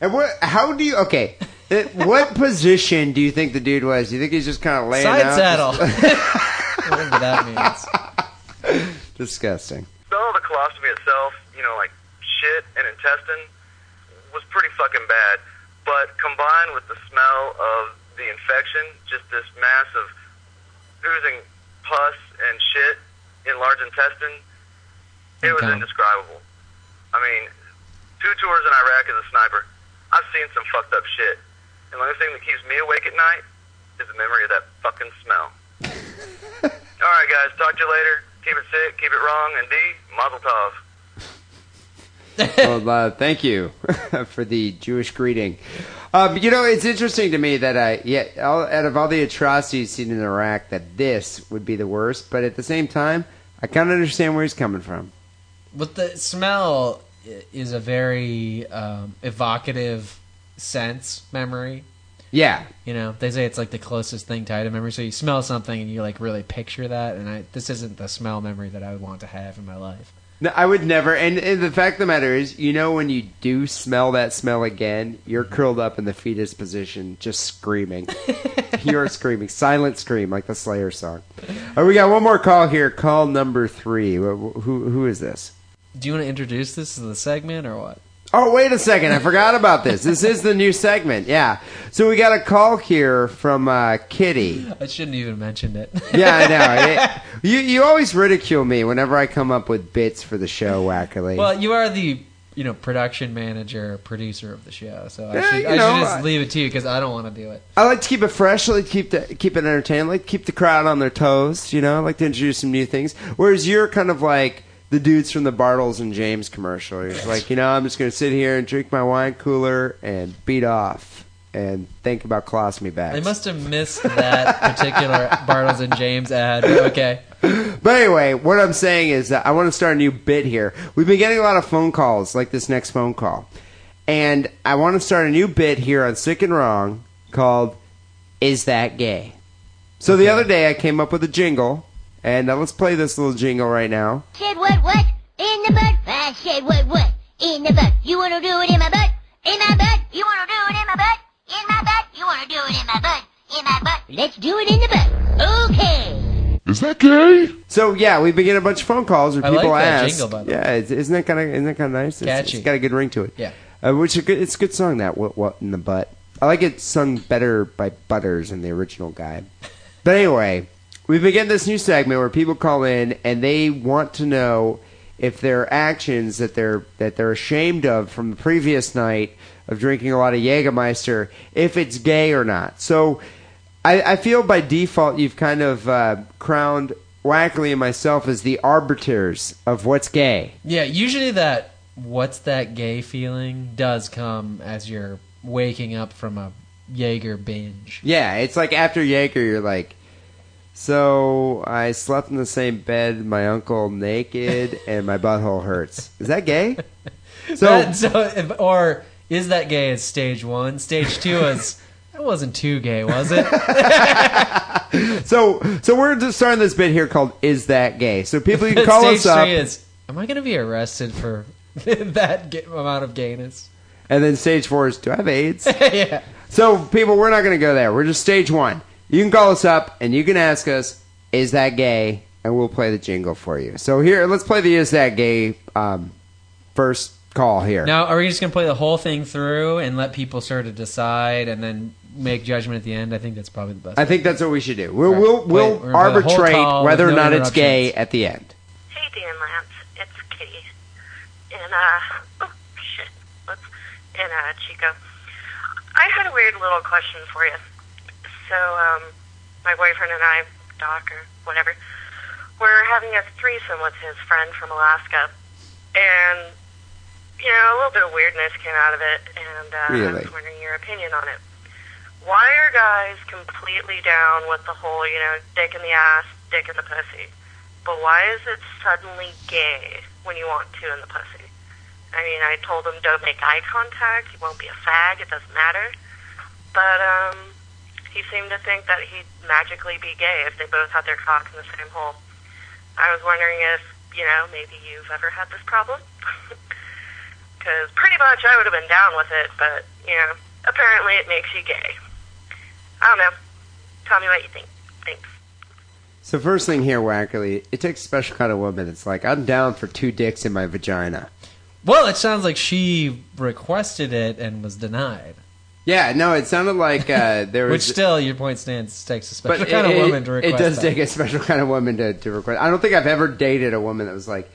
And what? How do you? Okay, it, what position do you think the dude was? You think he's just kind of laying Side out? saddle. Whatever that means. Disgusting. so the colostomy itself, you know, like shit and intestine, was pretty fucking bad. But combined with the smell of the infection, just this mass of oozing pus and shit in large intestine, it was Okay. indescribable. I mean, two tours in Iraq as a sniper. I've seen some fucked up shit. And the only thing that keeps me awake at night is the memory of that fucking smell. All right, guys. Talk to you later. Keep it sick, keep it wrong, and D, Mazel Tov. well, uh, thank you for the Jewish greeting. Um, you know, it's interesting to me that I, yeah, all, out of all the atrocities seen in Iraq, that this would be the worst. But at the same time, I kind of understand where he's coming from. But the smell i- is a very um, evocative sense memory. Yeah, You know, they say it's like the closest thing tied to memory. So you smell something and you like really picture that. And I, this isn't the smell memory that I would want to have in my life. No, I would never. And, and the fact of the matter is, you know, when you do smell that smell again, you're curled up in the fetus position, just screaming. you're screaming, silent scream, like the Slayer song. Oh, we got one more call here. Call number three. Wh- wh- Who who is this? Do you want to introduce this to the segment or what? Oh, wait a second. I forgot about this. This is the new segment. Yeah. So we got a call here from uh, Kitty. I shouldn't even mention it. Yeah, I know. It- you you always ridicule me whenever I come up with bits for the show, Wackerly. well, you are the you know production manager, producer of the show, so I Yeah, should, you I know, should just I- leave it to you because I don't want to do it. I like to keep it fresh. I like to keep the, keep it entertaining. I like to keep the crowd on their toes. You know, I like to introduce some new things. Whereas you're kind of like the dudes from the Bartles and James commercial. You're just like, you know, I'm just going to sit here and drink my wine cooler and beat off and think about colostomy me bags. They must have missed that particular Bartles and James ad. but Okay, But anyway, what I'm saying is that I want to start a new bit here. We've been getting a lot of phone calls, like this next phone call. And I want to start a new bit here on Sick and Wrong called Is That Gay? So the other day I came up with a jingle, and uh, let's play this little jingle right now. Said what what? In the butt. I said what what? In the butt. You wanna do it in my butt? In my butt. You wanna do it in my butt? In my butt. You wanna do it in my butt? In my butt. Let's do it in the butt. Okay. So yeah, we've been getting a bunch of phone calls where I people like that ask, jingle, by the way. yeah, it's- isn't that kind of isn't that kind of nice? It's- Catchy. it's got a good ring to it. Yeah. uh, which is a good, it's a good song that what what in the butt. I like it sung better by Butters than the original guy. But anyway, we begin this new segment where people call in and they want to know if there are actions that they're that they're ashamed of from the previous night of drinking a lot of Jägermeister, if it's gay or not. So I, I feel by default you've kind of uh, crowned Wackley and myself as the arbiters of what's gay. yeah. Usually that what's that gay feeling does come as you're waking up from a Jaeger binge. Yeah, it's like after Jaeger, you're like, so I slept in the same bed, my uncle naked, and my butthole hurts. Is that gay? So That- so if, or is that gay? Is stage one? Stage two is that wasn't too gay, was it? so so we're just starting this bit here called "Is That Gay?" So people, you can call stage us up, three is am I going to be arrested for that ga- amount of gayness? and then stage four is, "Do I have AIDS?" yeah. So, people, we're not going to go there. We're just stage one. You can call us up and you can ask us, is that gay? And we'll play the jingle for you. So, here, let's play the is that gay um, first call here. Now, are we just going to play the whole thing through and let people sort of decide and then make judgment at the end? I think that's probably the best. I think that's what we should do. We'll, Right. we'll, Play- we'll we're gonna play the whole arbitrate call whether or with no not it's gay interruptions. at the end. Hey, Dan Lance, it's Kitty. And, uh, oh, shit. Whoops. And, uh, Chico. I had a weird little question for you. So, um, my boyfriend and I, Doc or whatever, were having a threesome with his friend from Alaska. And, you know, a little bit of weirdness came out of it, and, uh, I Really? was wondering your opinion on it. Why are guys completely down with the whole, you know, dick in the ass, dick in the pussy? But why is it suddenly gay when you want to in the pussy? I mean, I told him don't make eye contact. You won't be a fag. It doesn't matter. But um, he seemed to think that he'd magically be gay if they both had their cock in the same hole. I was wondering if you know maybe you've ever had this problem. Because pretty much I would have been down with it, but you know, apparently it makes you gay. I don't know. Tell me what you think. Thanks. So, first thing here, Wackerly, it takes a special kind of woman. It's like, I'm down for two dicks in my vagina. Well, it sounds like she requested it and was denied. Yeah, no, it sounded like uh, there was. Which still, your point stands, takes a special kind of woman to request It does that. take a special kind of woman to, to request. I don't think I've ever dated a woman that was like,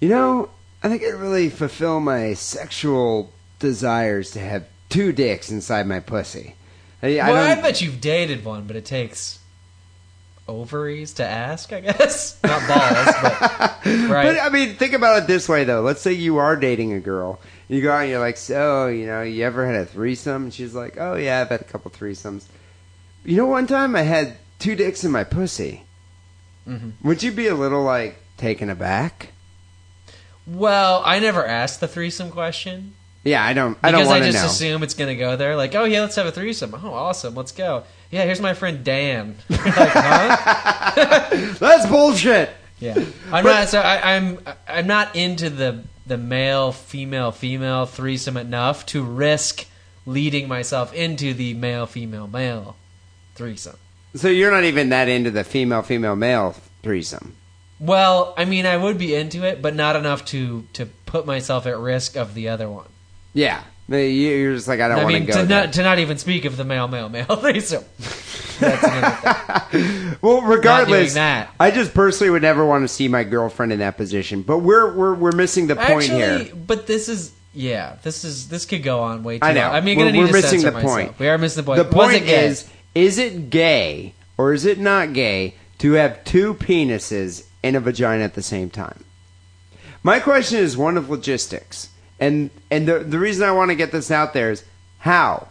you know, I think it really fulfill my sexual desires to have two dicks inside my pussy. I, I well, I, don't- bet you've dated one, but it takes ovaries to ask, I guess. Not balls, but right. But uh, I mean, think about it this way though. Let's say you are dating a girl. You go out and you're like, so you know, you ever had a threesome? And she's like, oh yeah, I've had a couple threesomes. You know, one time I had two dicks in my pussy. Mhm. Would you be a little like taken aback? well, I never asked the threesome question. Yeah, I don't. I Because don't I, want to just know. assume it's gonna go there. Like, oh yeah, let's have a threesome. Oh, awesome, let's go. Yeah, here's my friend Dan. You're like, huh? That's bullshit. Yeah, I'm not. So I, I'm I'm not into the the male female female threesome enough to risk leading myself into the male female male threesome. So you're not even that into the female female male threesome. Well, I mean, I would be into it, but not enough to to put myself at risk of the other one. Yeah, you're just like I don't I want mean, to go. to there. not to not even speak of the male male male threesome. That's another thing. well, regardless, that. I just personally would never want to see my girlfriend in that position. But we're we're we're missing the point Actually, here. but this is yeah, this is this could go on way too. I know. Long. I mean, we're, gonna need we're to missing censor the myself. point. We are missing the point. The Was point it gay? is, is it gay or is it not gay to have two penises and a vagina at the same time? My question is one of logistics, and and the the reason I want to get this out there is how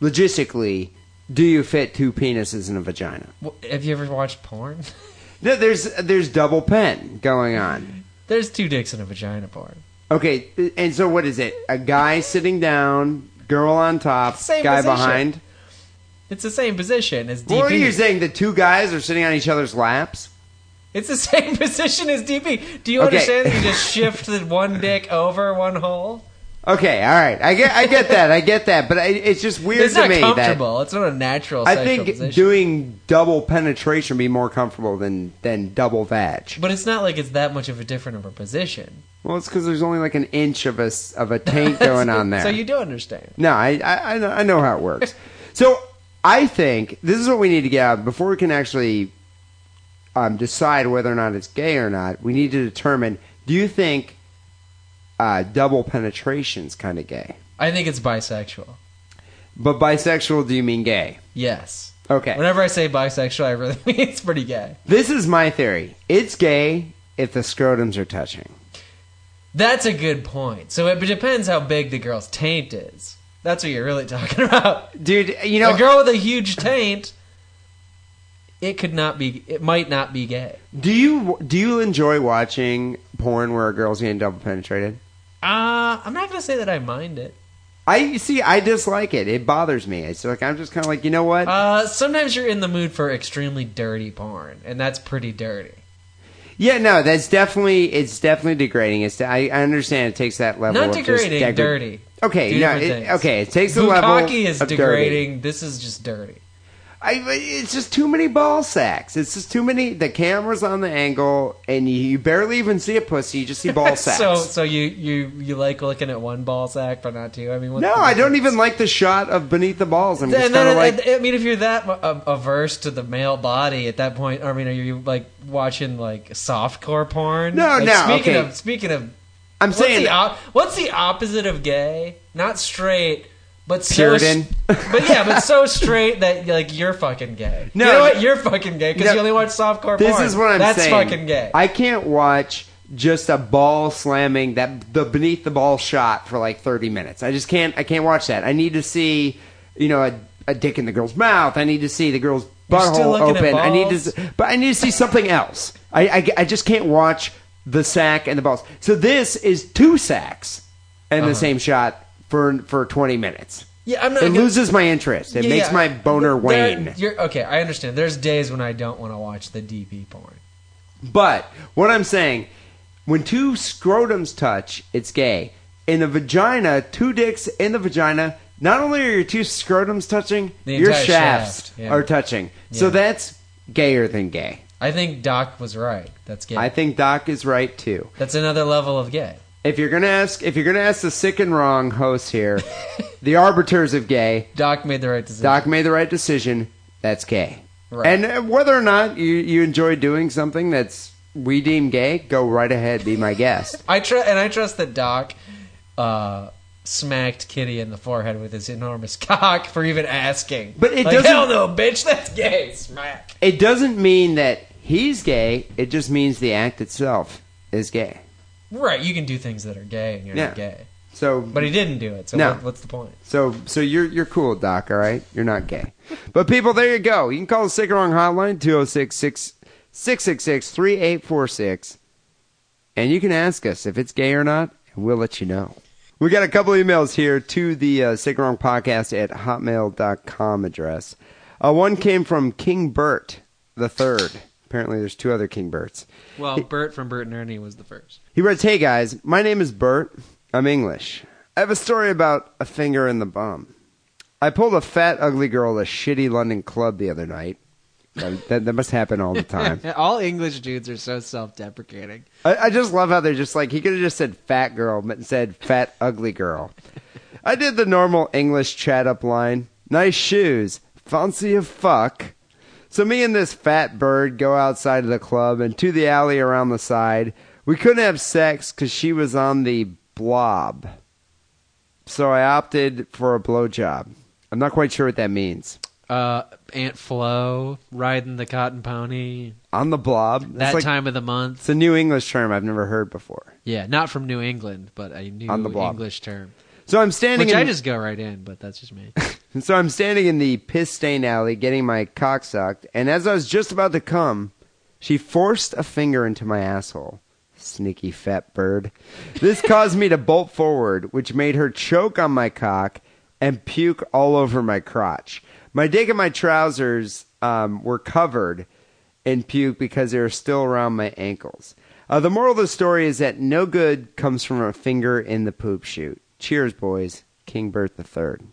logistically do you fit two penises in a vagina? W- have you ever watched porn? No, There's there's double pen going on. There's two dicks in a vagina porn. Okay, and so what is it? A guy sitting down, girl on top, Same guy position. behind. It's the same position as DP. What are you saying? The two guys are sitting on each other's laps. It's the same position as DP. Do you Okay. understand that you just shift the one dick over one hole? Okay, all right. I get, I get that. I get that. But I, it's just weird It's to not me that comfortable. It's not a natural. I sexual think position. doing double penetration would be more comfortable than than double vag. but it's not like it's that much of a different of a position. Well, it's because there's only like an inch of a s- of a tank going on there. So you do understand. No, I, I, I know- I know how it works. so I think this is what we need to get out before we can actually um, decide whether or not it's gay or not. We need to determine: Do you think uh, double penetration's kind of gay? I think it's bisexual. But bisexual, do you mean gay? Yes. Okay. Whenever I say bisexual, I really mean it's pretty gay. This is my theory. It's gay if the scrotums are touching. That's a good point. So it depends how big the girl's taint is. That's what you're really talking about. Dude, you know, a girl with a huge taint, it could not be. It might not be gay. do you do you enjoy watching porn where a girl's getting double penetrated? Uh, I'm not gonna say that I mind it. I you see, I dislike it. It bothers me. It's like I'm just kind of like, you know what? Uh, sometimes you're in the mood for extremely dirty porn, and that's pretty dirty. Yeah, no, that's definitely it's definitely degrading. It's I, I understand it takes that level. Not of degrading, just degra- dirty. Okay, Two no, different it- things. okay, it takes the level. Bukkake is of dirty. degrading. This is just dirty. I, it's just too many ball sacks. It's just too many. The camera's on the angle, and you, you barely even see a pussy. You just see ball sacks. So, so you you you like looking at one ball sack, but not two. I mean, what's no, the I don't difference? even like the shot of beneath the balls. I'm just And kind then, of like, I mean, if you're that a- averse to the male body at that point, I mean, are you like watching like softcore porn? No, Like, no, Speaking okay. of, speaking of, I'm what's saying the, op- what's the opposite of gay? Not straight, but so Puritan. but yeah, but so straight that like you're fucking gay. No, you know no. what? You're fucking gay because No. you only watch softcore This porn. is what I'm That's saying. fucking gay. I can't watch just a ball slamming that the beneath the ball shot for like 30 minutes. I just can't. I can't watch that. I need to see, you know, a, a dick in the girl's mouth. I need to see the girl's still butthole looking at open. I need to, balls? s- but I need to see something else. I, I, I just can't watch the sack and the balls. So this is two sacks and the same shot for for 20 minutes. Uh-huh. yeah, I'm not. It gonna- loses my interest. It yeah, makes yeah. my boner There- wane. You're, okay, I understand. There's days when I don't want to watch the DP porn. But what I'm saying, when two scrotums touch, it's gay. In the vagina, two dicks in the vagina, not only are your two scrotums touching, The your entire shafts shaft, yeah. are touching. So Yeah. that's gayer than gay. I think Doc was right. That's gay. I think Doc is right too. That's another level of gay. If you're gonna ask if you're gonna ask the sick and wrong host here, the arbiters of gay, Doc made the right decision. Doc made the right decision, that's gay. Right. And uh, whether or not you, you enjoy doing something that's we deem gay, go right ahead, be my guest. I tr- and I trust that Doc uh, smacked Kitty in the forehead with his enormous cock for even asking. But it Like, doesn't- Hell no, bitch. That's gay. Smack. it doesn't mean that he's gay. It just means the act itself is gay. Right. You can do things that are gay and you're Yeah. not gay. So, But he didn't do it. So No. what, what's the point? so, so you're you're cool, Doc. All right, you're not gay. But people, there you go. You can call the Sick and Wrong Hotline 206-666-3846. and you can ask us if it's gay or not, and we'll let you know. We got a couple emails here to the uh, Sick and Wrong podcast at hotmail.com address. Uh, one came from King Bert the Third. Apparently, there's two other Kingbirds. Well, Bert from Bert and Ernie was the first. He writes, Hey guys, my name is Bert. I'm English. I have a story about a finger in the bum. I pulled a fat, ugly girl at a shitty London club the other night. That, that- that must happen all the time. All English dudes are so self-deprecating. I, I just love how they're just like, he could have just said fat girl, but said fat, ugly girl. I did the normal English chat up line. Nice shoes. Fancy a fuck. So me and this fat bird go outside of the club and to the alley around the side. We couldn't have sex because she was on the blob. So I opted for a blowjob. I'm not quite sure what that means. Uh, Aunt Flo riding the cotton pony On the blob. that That's like- time of the month. It's a new English term I've never heard before. Yeah, not from New England, but a new On the block. English term, So I'm standing. which in- I just go right in. But that's just me. And so I'm standing in the piss stain alley getting my cock sucked, and as I was just about to come, she forced a finger into my asshole. Sneaky fat bird. This caused me to bolt forward, which made her choke on my cock and puke all over my crotch. My dick and my trousers um, were covered in puke because they were still around my ankles. Uh, the moral of the story is that no good comes from a finger in the poop chute. Cheers, boys. King Bert the Third.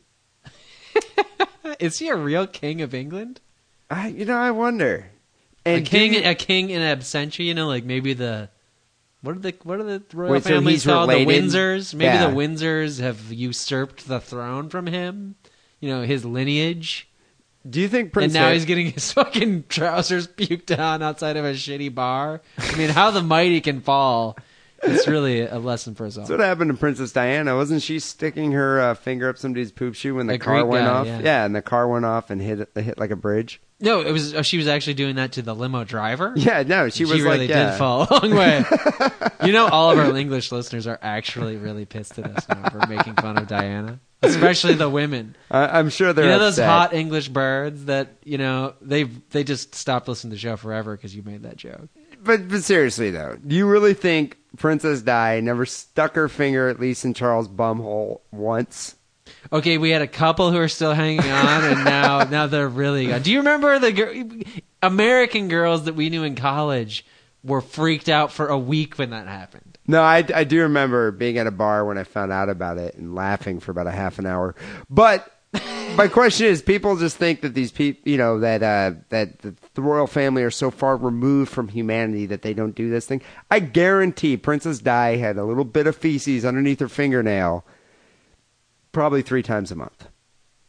Is he a real king of England? I, you know, I wonder. A And king, do you- a king in absentia. You know, like maybe the what are the what are the royal Wait, so families he's called? The related? Windsors. Maybe Yeah. the Windsors have usurped the throne from him. You know, his lineage. do you think Prince? and now Har- he's getting his fucking trousers puked on outside of a shitty bar. I mean, how the mighty can fall. It's really a lesson for us all. That's what happened to Princess Diana. Wasn't she sticking her uh, finger up some dude's poop shoe when the A car Greek went guy, off? yeah. and the car went off and hit hit like a bridge. No, it was oh, she was actually doing that to the limo driver. Yeah, no, she was really like, yeah. did fall a long way. you know, all of our English listeners are actually really pissed at us now for making fun of Diana, especially the women. I- I'm sure they're you know upset. those hot English birds that you know they they just stopped listening to the show forever because you made that joke. But but seriously though, do you really think Princess Di never stuck her finger at least in Charles' bumhole once? Okay, we had a couple who are still hanging on, and now now they're really gone. Do you remember the gir- American girls that we knew in college were freaked out for a week when that happened? No, I, I do remember being at a bar when I found out about it and laughing for about a half an hour. But my question is, people just think that these people, you know, that uh, that the, the royal family are so far removed from humanity that they don't do this thing. I guarantee Princess Di had a little bit of feces underneath her fingernail, probably three times a month.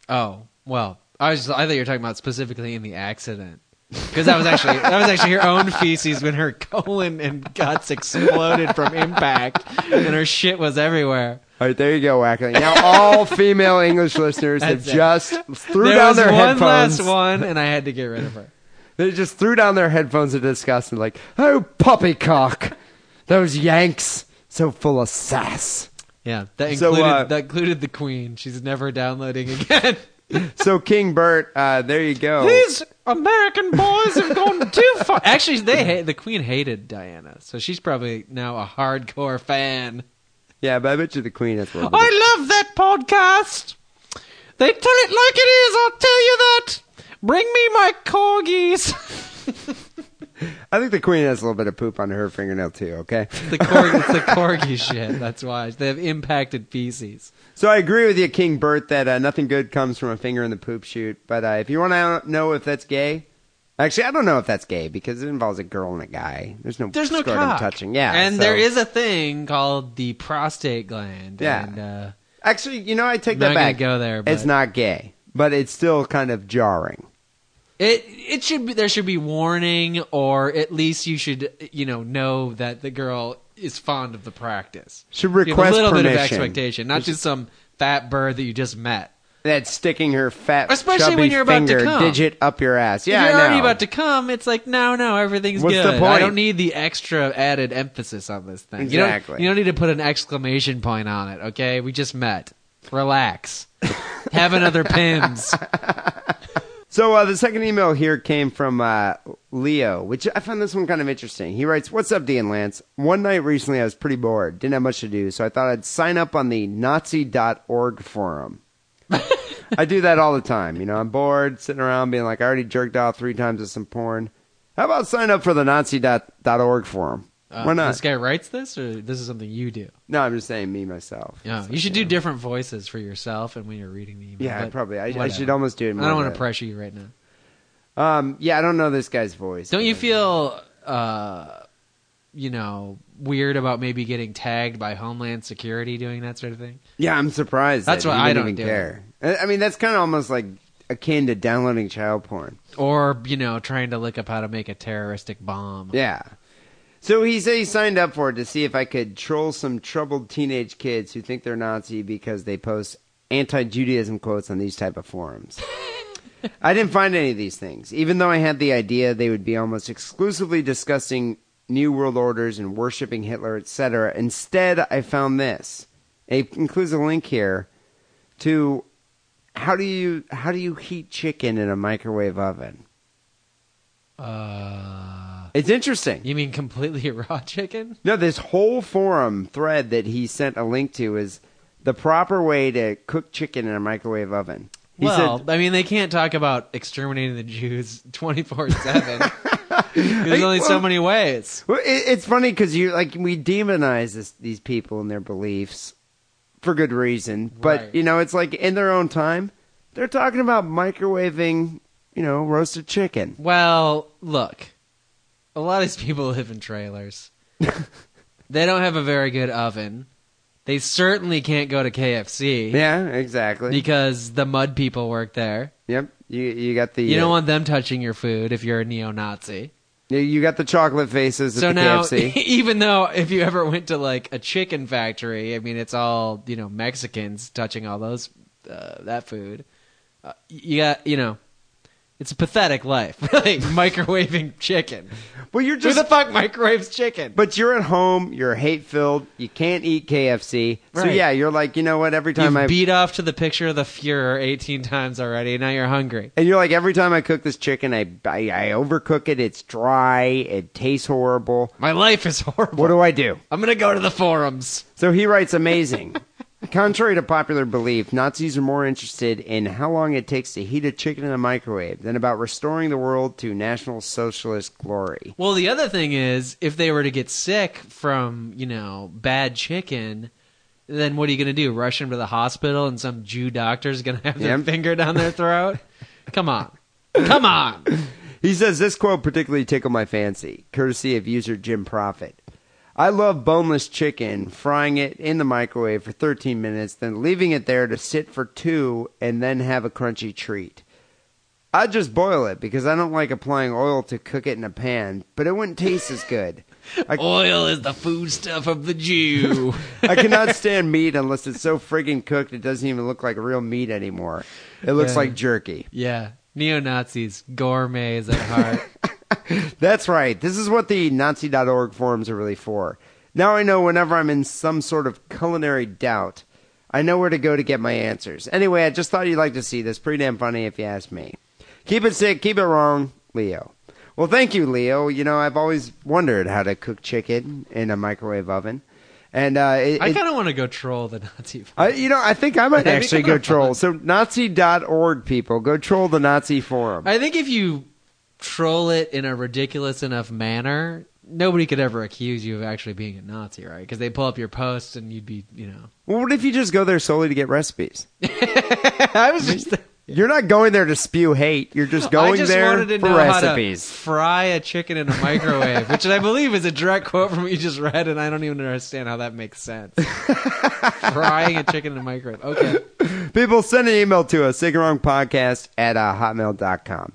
Oh well, I was I thought you were talking about specifically in the accident because that was actually that was actually her own feces when her colon and guts exploded from impact, and her shit was everywhere. All right, there you go, Wackling. Now all female English listeners have That's it. just threw there down was their one headphones. last one, and I had to get rid of her. They just threw down their headphones in disgust and like, oh poppycock, those Yanks so full of sass. Yeah, that So, included uh, that included the Queen. She's never downloading again. So King Bert, uh, there you go. These American boys have gone too far. Actually, they ha- the Queen hated Diana, so she's probably now a hardcore fan. Yeah, but I bet you the Queen has one. I love that podcast. They tell it like it is. I'll tell you that. Bring me my corgis. I think the Queen has a little bit of poop on her fingernail too. Okay. the corgi, it's the corgi shit. That's why they have impacted feces. So I agree with you, King Bert, that uh, nothing good comes from a finger in the poop chute. But uh, if you want to know if that's gay, actually, I don't know if that's gay because it involves a girl and a guy. There's no There's no scrotum cock. touching. Yeah, and so- there is a thing called the prostate gland. Yeah. and, uh, actually, you know, I take that not gonna back. go there. But It's not gay, but it's still kind of jarring. It it should be there should be warning or at least you should you know know that the girl is fond of the practice. Should You have request a little permission. bit of expectation, not just some fat bird that you just met. That's sticking her fat, Especially chubby when you're about to finger come. digit up your ass. Yeah, if you're I know. already about to come, it's like no, no, everything's What's good. the I point? don't need the extra added emphasis on this thing. You Exactly. don't, you don't need to put an exclamation point on it. Okay, we just met. Relax. have another pims. So uh, the second email here came from uh, Leo, which I found this one kind of interesting. He writes, "What's up, Dean Lance? One night recently, I was pretty bored, didn't have much to do, so I thought I'd sign up on the Nazi.org forum." I do that all the time. You know, I'm bored, sitting around, being like, "I already jerked off three times with some porn." How about sign up for the Nazi.org forum? Uh, Why not? This guy writes this, or this is something you do? No, I'm just saying me myself. Yeah, So, you should do different voices for yourself and when you're reading the email. Yeah, but probably. I, I whatever. should almost do it. I More don't want to to pressure you right now. Um, yeah, I don't know this guy's voice. Don't you feel, uh, you know, weird about maybe getting tagged by Homeland Security doing that sort of thing? Yeah, I'm surprised. That's that why he I didn't don't even do care. I I mean, that's kind of almost like akin to downloading child porn. Or you know, trying to look up how to make a terroristic bomb? Yeah. So he said he signed up for it to see if I could troll some troubled teenage kids who think they're Nazi because they post anti-Judaism quotes on these type of forums. I didn't find any of these things, even though I had the idea they would be almost exclusively discussing New World Orders and worshiping Hitler, etc. Instead, I found this. It includes a link here to how do you how do you heat chicken in a microwave oven? Uh, It's interesting. you mean completely raw chicken? No, this whole forum thread that he sent a link to is the proper way to cook chicken in a microwave oven. He well, said, I mean, they can't talk about exterminating the Jews twenty four seven. There's Hey, only well- so many ways. well, it, it's funny because you like we demonize this, these people and their beliefs for good reason, but Right. you know it's like in their own time they're talking about microwaving, you know, roasted chicken. Well, look, a lot of these people live in trailers. they don't have a very good oven. They certainly can't go to KFC Yeah, exactly. because the mud people work there. yep, you you got the You don't uh, want them touching your food if you're a neo-Nazi. you- you got the chocolate faces So at the now, KFC. even though if you ever went to like a chicken factory, I mean, it's all you know Mexicans touching all those uh, that food. Uh, you got you know, it's a pathetic life, really microwaving chicken. well, you're just Who the fuck microwaves chicken? But you're at home, you're hate filled, you can't eat KFC. So Right. yeah, you're like, you know what, every time You've I beat off to the picture of the Fuhrer 18 times already, and now you're hungry. and you're like every time I cook this chicken, I, I I overcook it, it's dry, it tastes horrible. My life is horrible. What do I do? I'm gonna go to the forums. So he writes amazing. Contrary to popular belief, Nazis are more interested in how long it takes to heat a chicken in a microwave than about restoring the world to national socialist glory. Well, the other thing is, if they were to get sick from you know bad chicken, then what are you gonna do? Rush them to the hospital, and some Jew doctor's gonna have their Yep. finger down their throat? Come on, come on. He says this quote particularly tickled my fancy, courtesy of user Jim Profit. I love boneless chicken, frying it in the microwave for 13 minutes, then leaving it there to sit for two, and then have a crunchy treat. I just boil it because I don't like applying oil to cook it in a pan, but it wouldn't taste as good. Oil is the foodstuff of the Jew. I cannot stand meat unless it's so friggin' cooked it doesn't even look like real meat anymore. It looks Yeah. like jerky. yeah, neo Nazis, gourmets at heart. That's right. This is what the Nazi.org forums are really for. Now I know whenever I'm in some sort of culinary doubt, I know where to go to get my answers. Anyway, I just thought you'd like to see this. Pretty damn funny if you ask me. Keep it sick, keep it wrong, Leo. Well, thank you, Leo. You know, I've always wondered how to cook chicken in a microwave oven. And uh, it, I it- kind of want to go troll the Nazi. I, you know, I think I might That'd be actually kinda go troll. So Nazi.org people, go troll the Nazi forum. I think if you troll it in a ridiculous enough manner, nobody could ever accuse you of actually being a Nazi, right? Because they pull up your posts and you'd be, you know. well, what if you just go there solely to get recipes? I was just You're not going there to spew hate. You're just I going just there wanted to for know how to recipes. fry a chicken in a microwave, which I believe is a direct quote from what you just read, and I don't even understand how that makes sense. Frying a chicken in a microwave. Okay. People send an email to us, sigarongpodcast at uh, hotmail.com.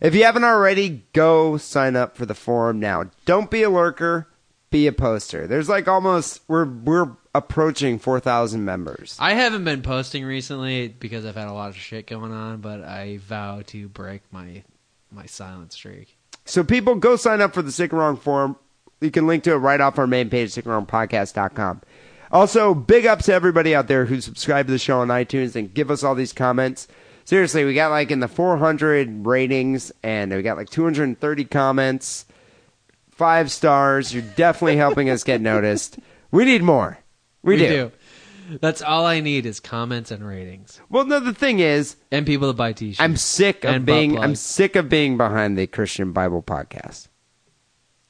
If you haven't already, go sign up for the forum now. Don't be a lurker, be a poster. There's like almost we're we're approaching 4,000 members. I haven't been posting recently because I've had a lot of shit going on, but I vow to break my my silent streak. So people go sign up for the Sick and Wrong forum. You can link to it right off our main page, sickandwrongpodcast.com. Also, big ups to everybody out there who subscribe to the show on iTunes and give us all these comments. Seriously, we got like in the 400 ratings and we got like 230 comments. Five stars. You're definitely helping us get noticed. We need more. We, We do. do. That's all I need is comments and ratings Well, no, the thing is, and people to buy t-shirts. I'm sick of And butt being I'm plugs. sick of being behind the Christian Bible podcast.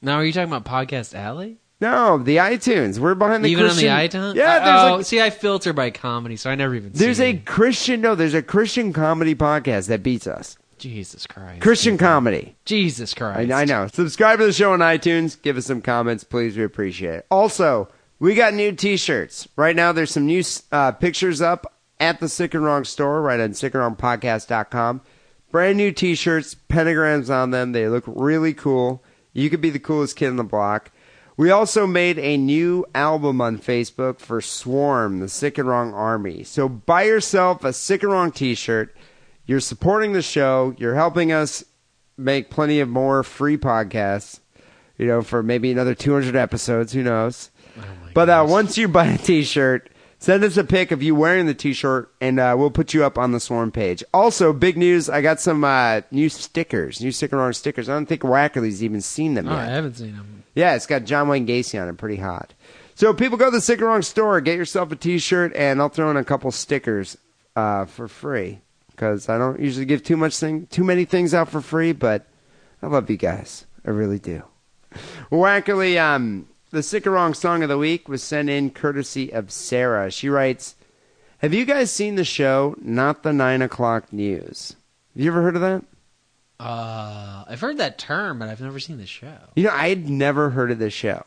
now, are you talking about Podcast Alley? No, the iTunes. We're behind the even Christian on the iTunes? Yeah, Uh, there's oh, like see, I filter by comedy, so I never even. There's see a it. Christian no, there's a Christian comedy podcast that beats us. Jesus Christ. Christian comedy. Jesus Christ. I, I know. Subscribe to the show on iTunes. Give us some comments, please. We appreciate it. Also, we got new T-shirts right now. There's some new uh, pictures up at the Sick and Wrong store, right on sickandwrongpodcast.com. Brand new T-shirts, pentagrams on them. They look really cool. You could be the coolest kid on the block. We also made a new album on Facebook for Swarm, the Sick and Wrong Army. So buy yourself a Sick and Wrong T-shirt. You're supporting the show. You're helping us make plenty of more free podcasts, you know, for maybe another 200 episodes. Who knows? but uh, once you buy a t shirt, send us a pic of you wearing the t shirt and uh, we'll put you up on the Swarm page. Also, big news I got some uh, new stickers, new sticker on stickers. I don't think Wackerly's even seen them Oh, yet. I haven't seen them. Yeah, it's got John Wayne Gacy on it, pretty hot. So people go to the Sick and Wrong store, get yourself a T-shirt, and I'll throw in a couple stickers uh, for free because I don't usually give too much thing, too many things out for free. But I love you guys, I really do. Wackily, um, the Sick and Wrong song of the week was sent in courtesy of Sarah. She writes, "Have you guys seen the show Not the Nine O'clock News? Have you ever heard of that?" Uh, I've heard that term, but I've never seen the show. You know, I had never heard of this show.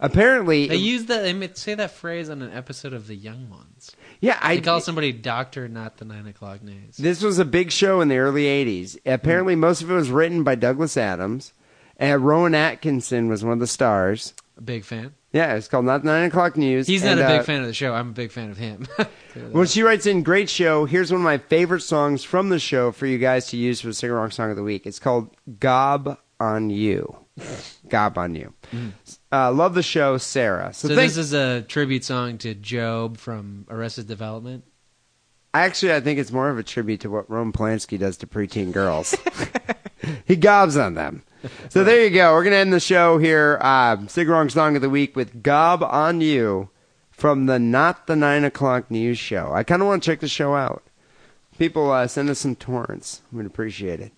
Apparently, They use that. They ma- say that phrase on an episode of The Young Ones. yeah, I They call somebody doctor, not the nine o'clock news. This was a big show in the early 80s. Apparently, most of it was written by Douglas Adams, and Rowan Atkinson was one of the stars. A big fan. Yeah, it's called Not Nine O'Clock News. He's not and, a big uh, fan of the show. I'm a big fan of him. Clearly. Well, she writes in, great show. Here's one of my favorite songs from the show for you guys to use for the sing along song of the week. It's called Gob on You. Gob on You. Uh, love the show, Sarah. So, Hmm. so thank- this is a tribute song to Job from Arrested Development. actually, I think it's more of a tribute to what Roman Polanski does to preteen girls. he gobs on them. So there you go. We're going to end the show here. Uh, Sing Wrong Song of the Week with Gob on You from the Not the Nine O'Clock News Show. I kind of want to check the show out. People, uh, send us some torrents. We'd appreciate it.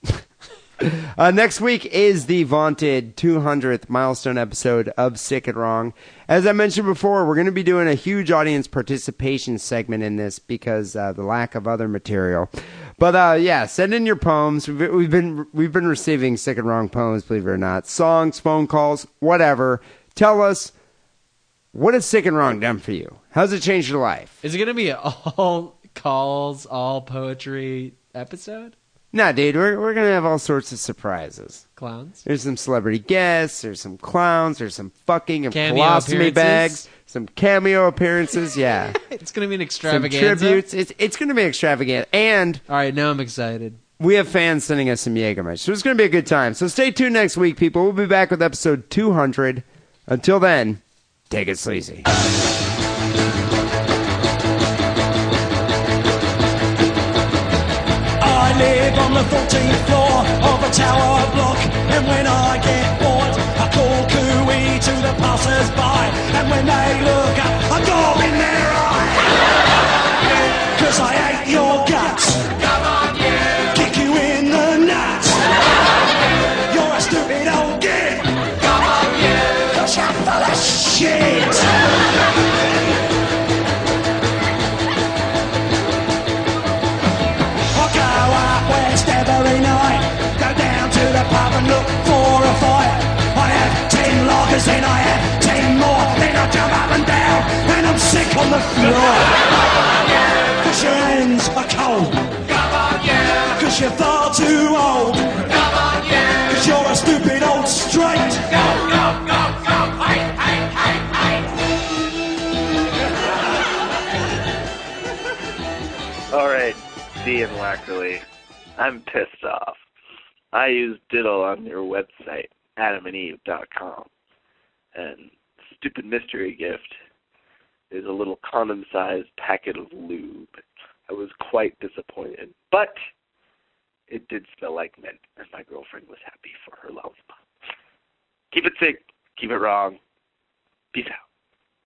Uh, next week is the vaunted 200th milestone episode of Sick and Wrong. As I mentioned before, we're going to be doing a huge audience participation segment in this because uh, the lack of other material. But uh, yeah, send in your poems. We've, we've been we've been receiving Sick and Wrong poems, believe it or not, songs, phone calls, whatever. Tell us what has Sick and Wrong done for you? How's it changed your life? Is it going to be an all calls, all poetry episode? Nah, dude, we're we're gonna have all sorts of surprises. Clowns. There's some celebrity guests. There's some clowns. There's some fucking and Cameo colostomy appearances. bags. Some cameo appearances. Yeah. It's going to be an some extravaganza. tributes. It's, it's going to be extravagant. And All right, now I'm excited. we have fans sending us some Jägermeister. So it's going to be a good time. So stay tuned next week, people. We'll be back with episode 200. Until then, take it sleazy. I live on the 14th floor of a tower block, and when I get bored, I call cooey to the passers-by, and when they look up, I gob in their eye. Cause I ate your guts. Kick you in the nuts. You're a stupid old git. Cause you're full of shit. I go out west every night, go down to the pub and look for a fight. I have ten lagers, then I have ten more, then I jump up and down, and I'm sick on the floor. Cause your hands are cold. Cause you're far too old. Cause you're a stupid old straight. All right, D and Wackerly, I'm pissed off. I used Diddle on your website, adamandeve.com, and stupid mystery gift is a little condom-sized packet of lube. I was quite disappointed, but it did smell like mint, and my girlfriend was happy for her love. Keep it sick, keep it wrong. Peace out.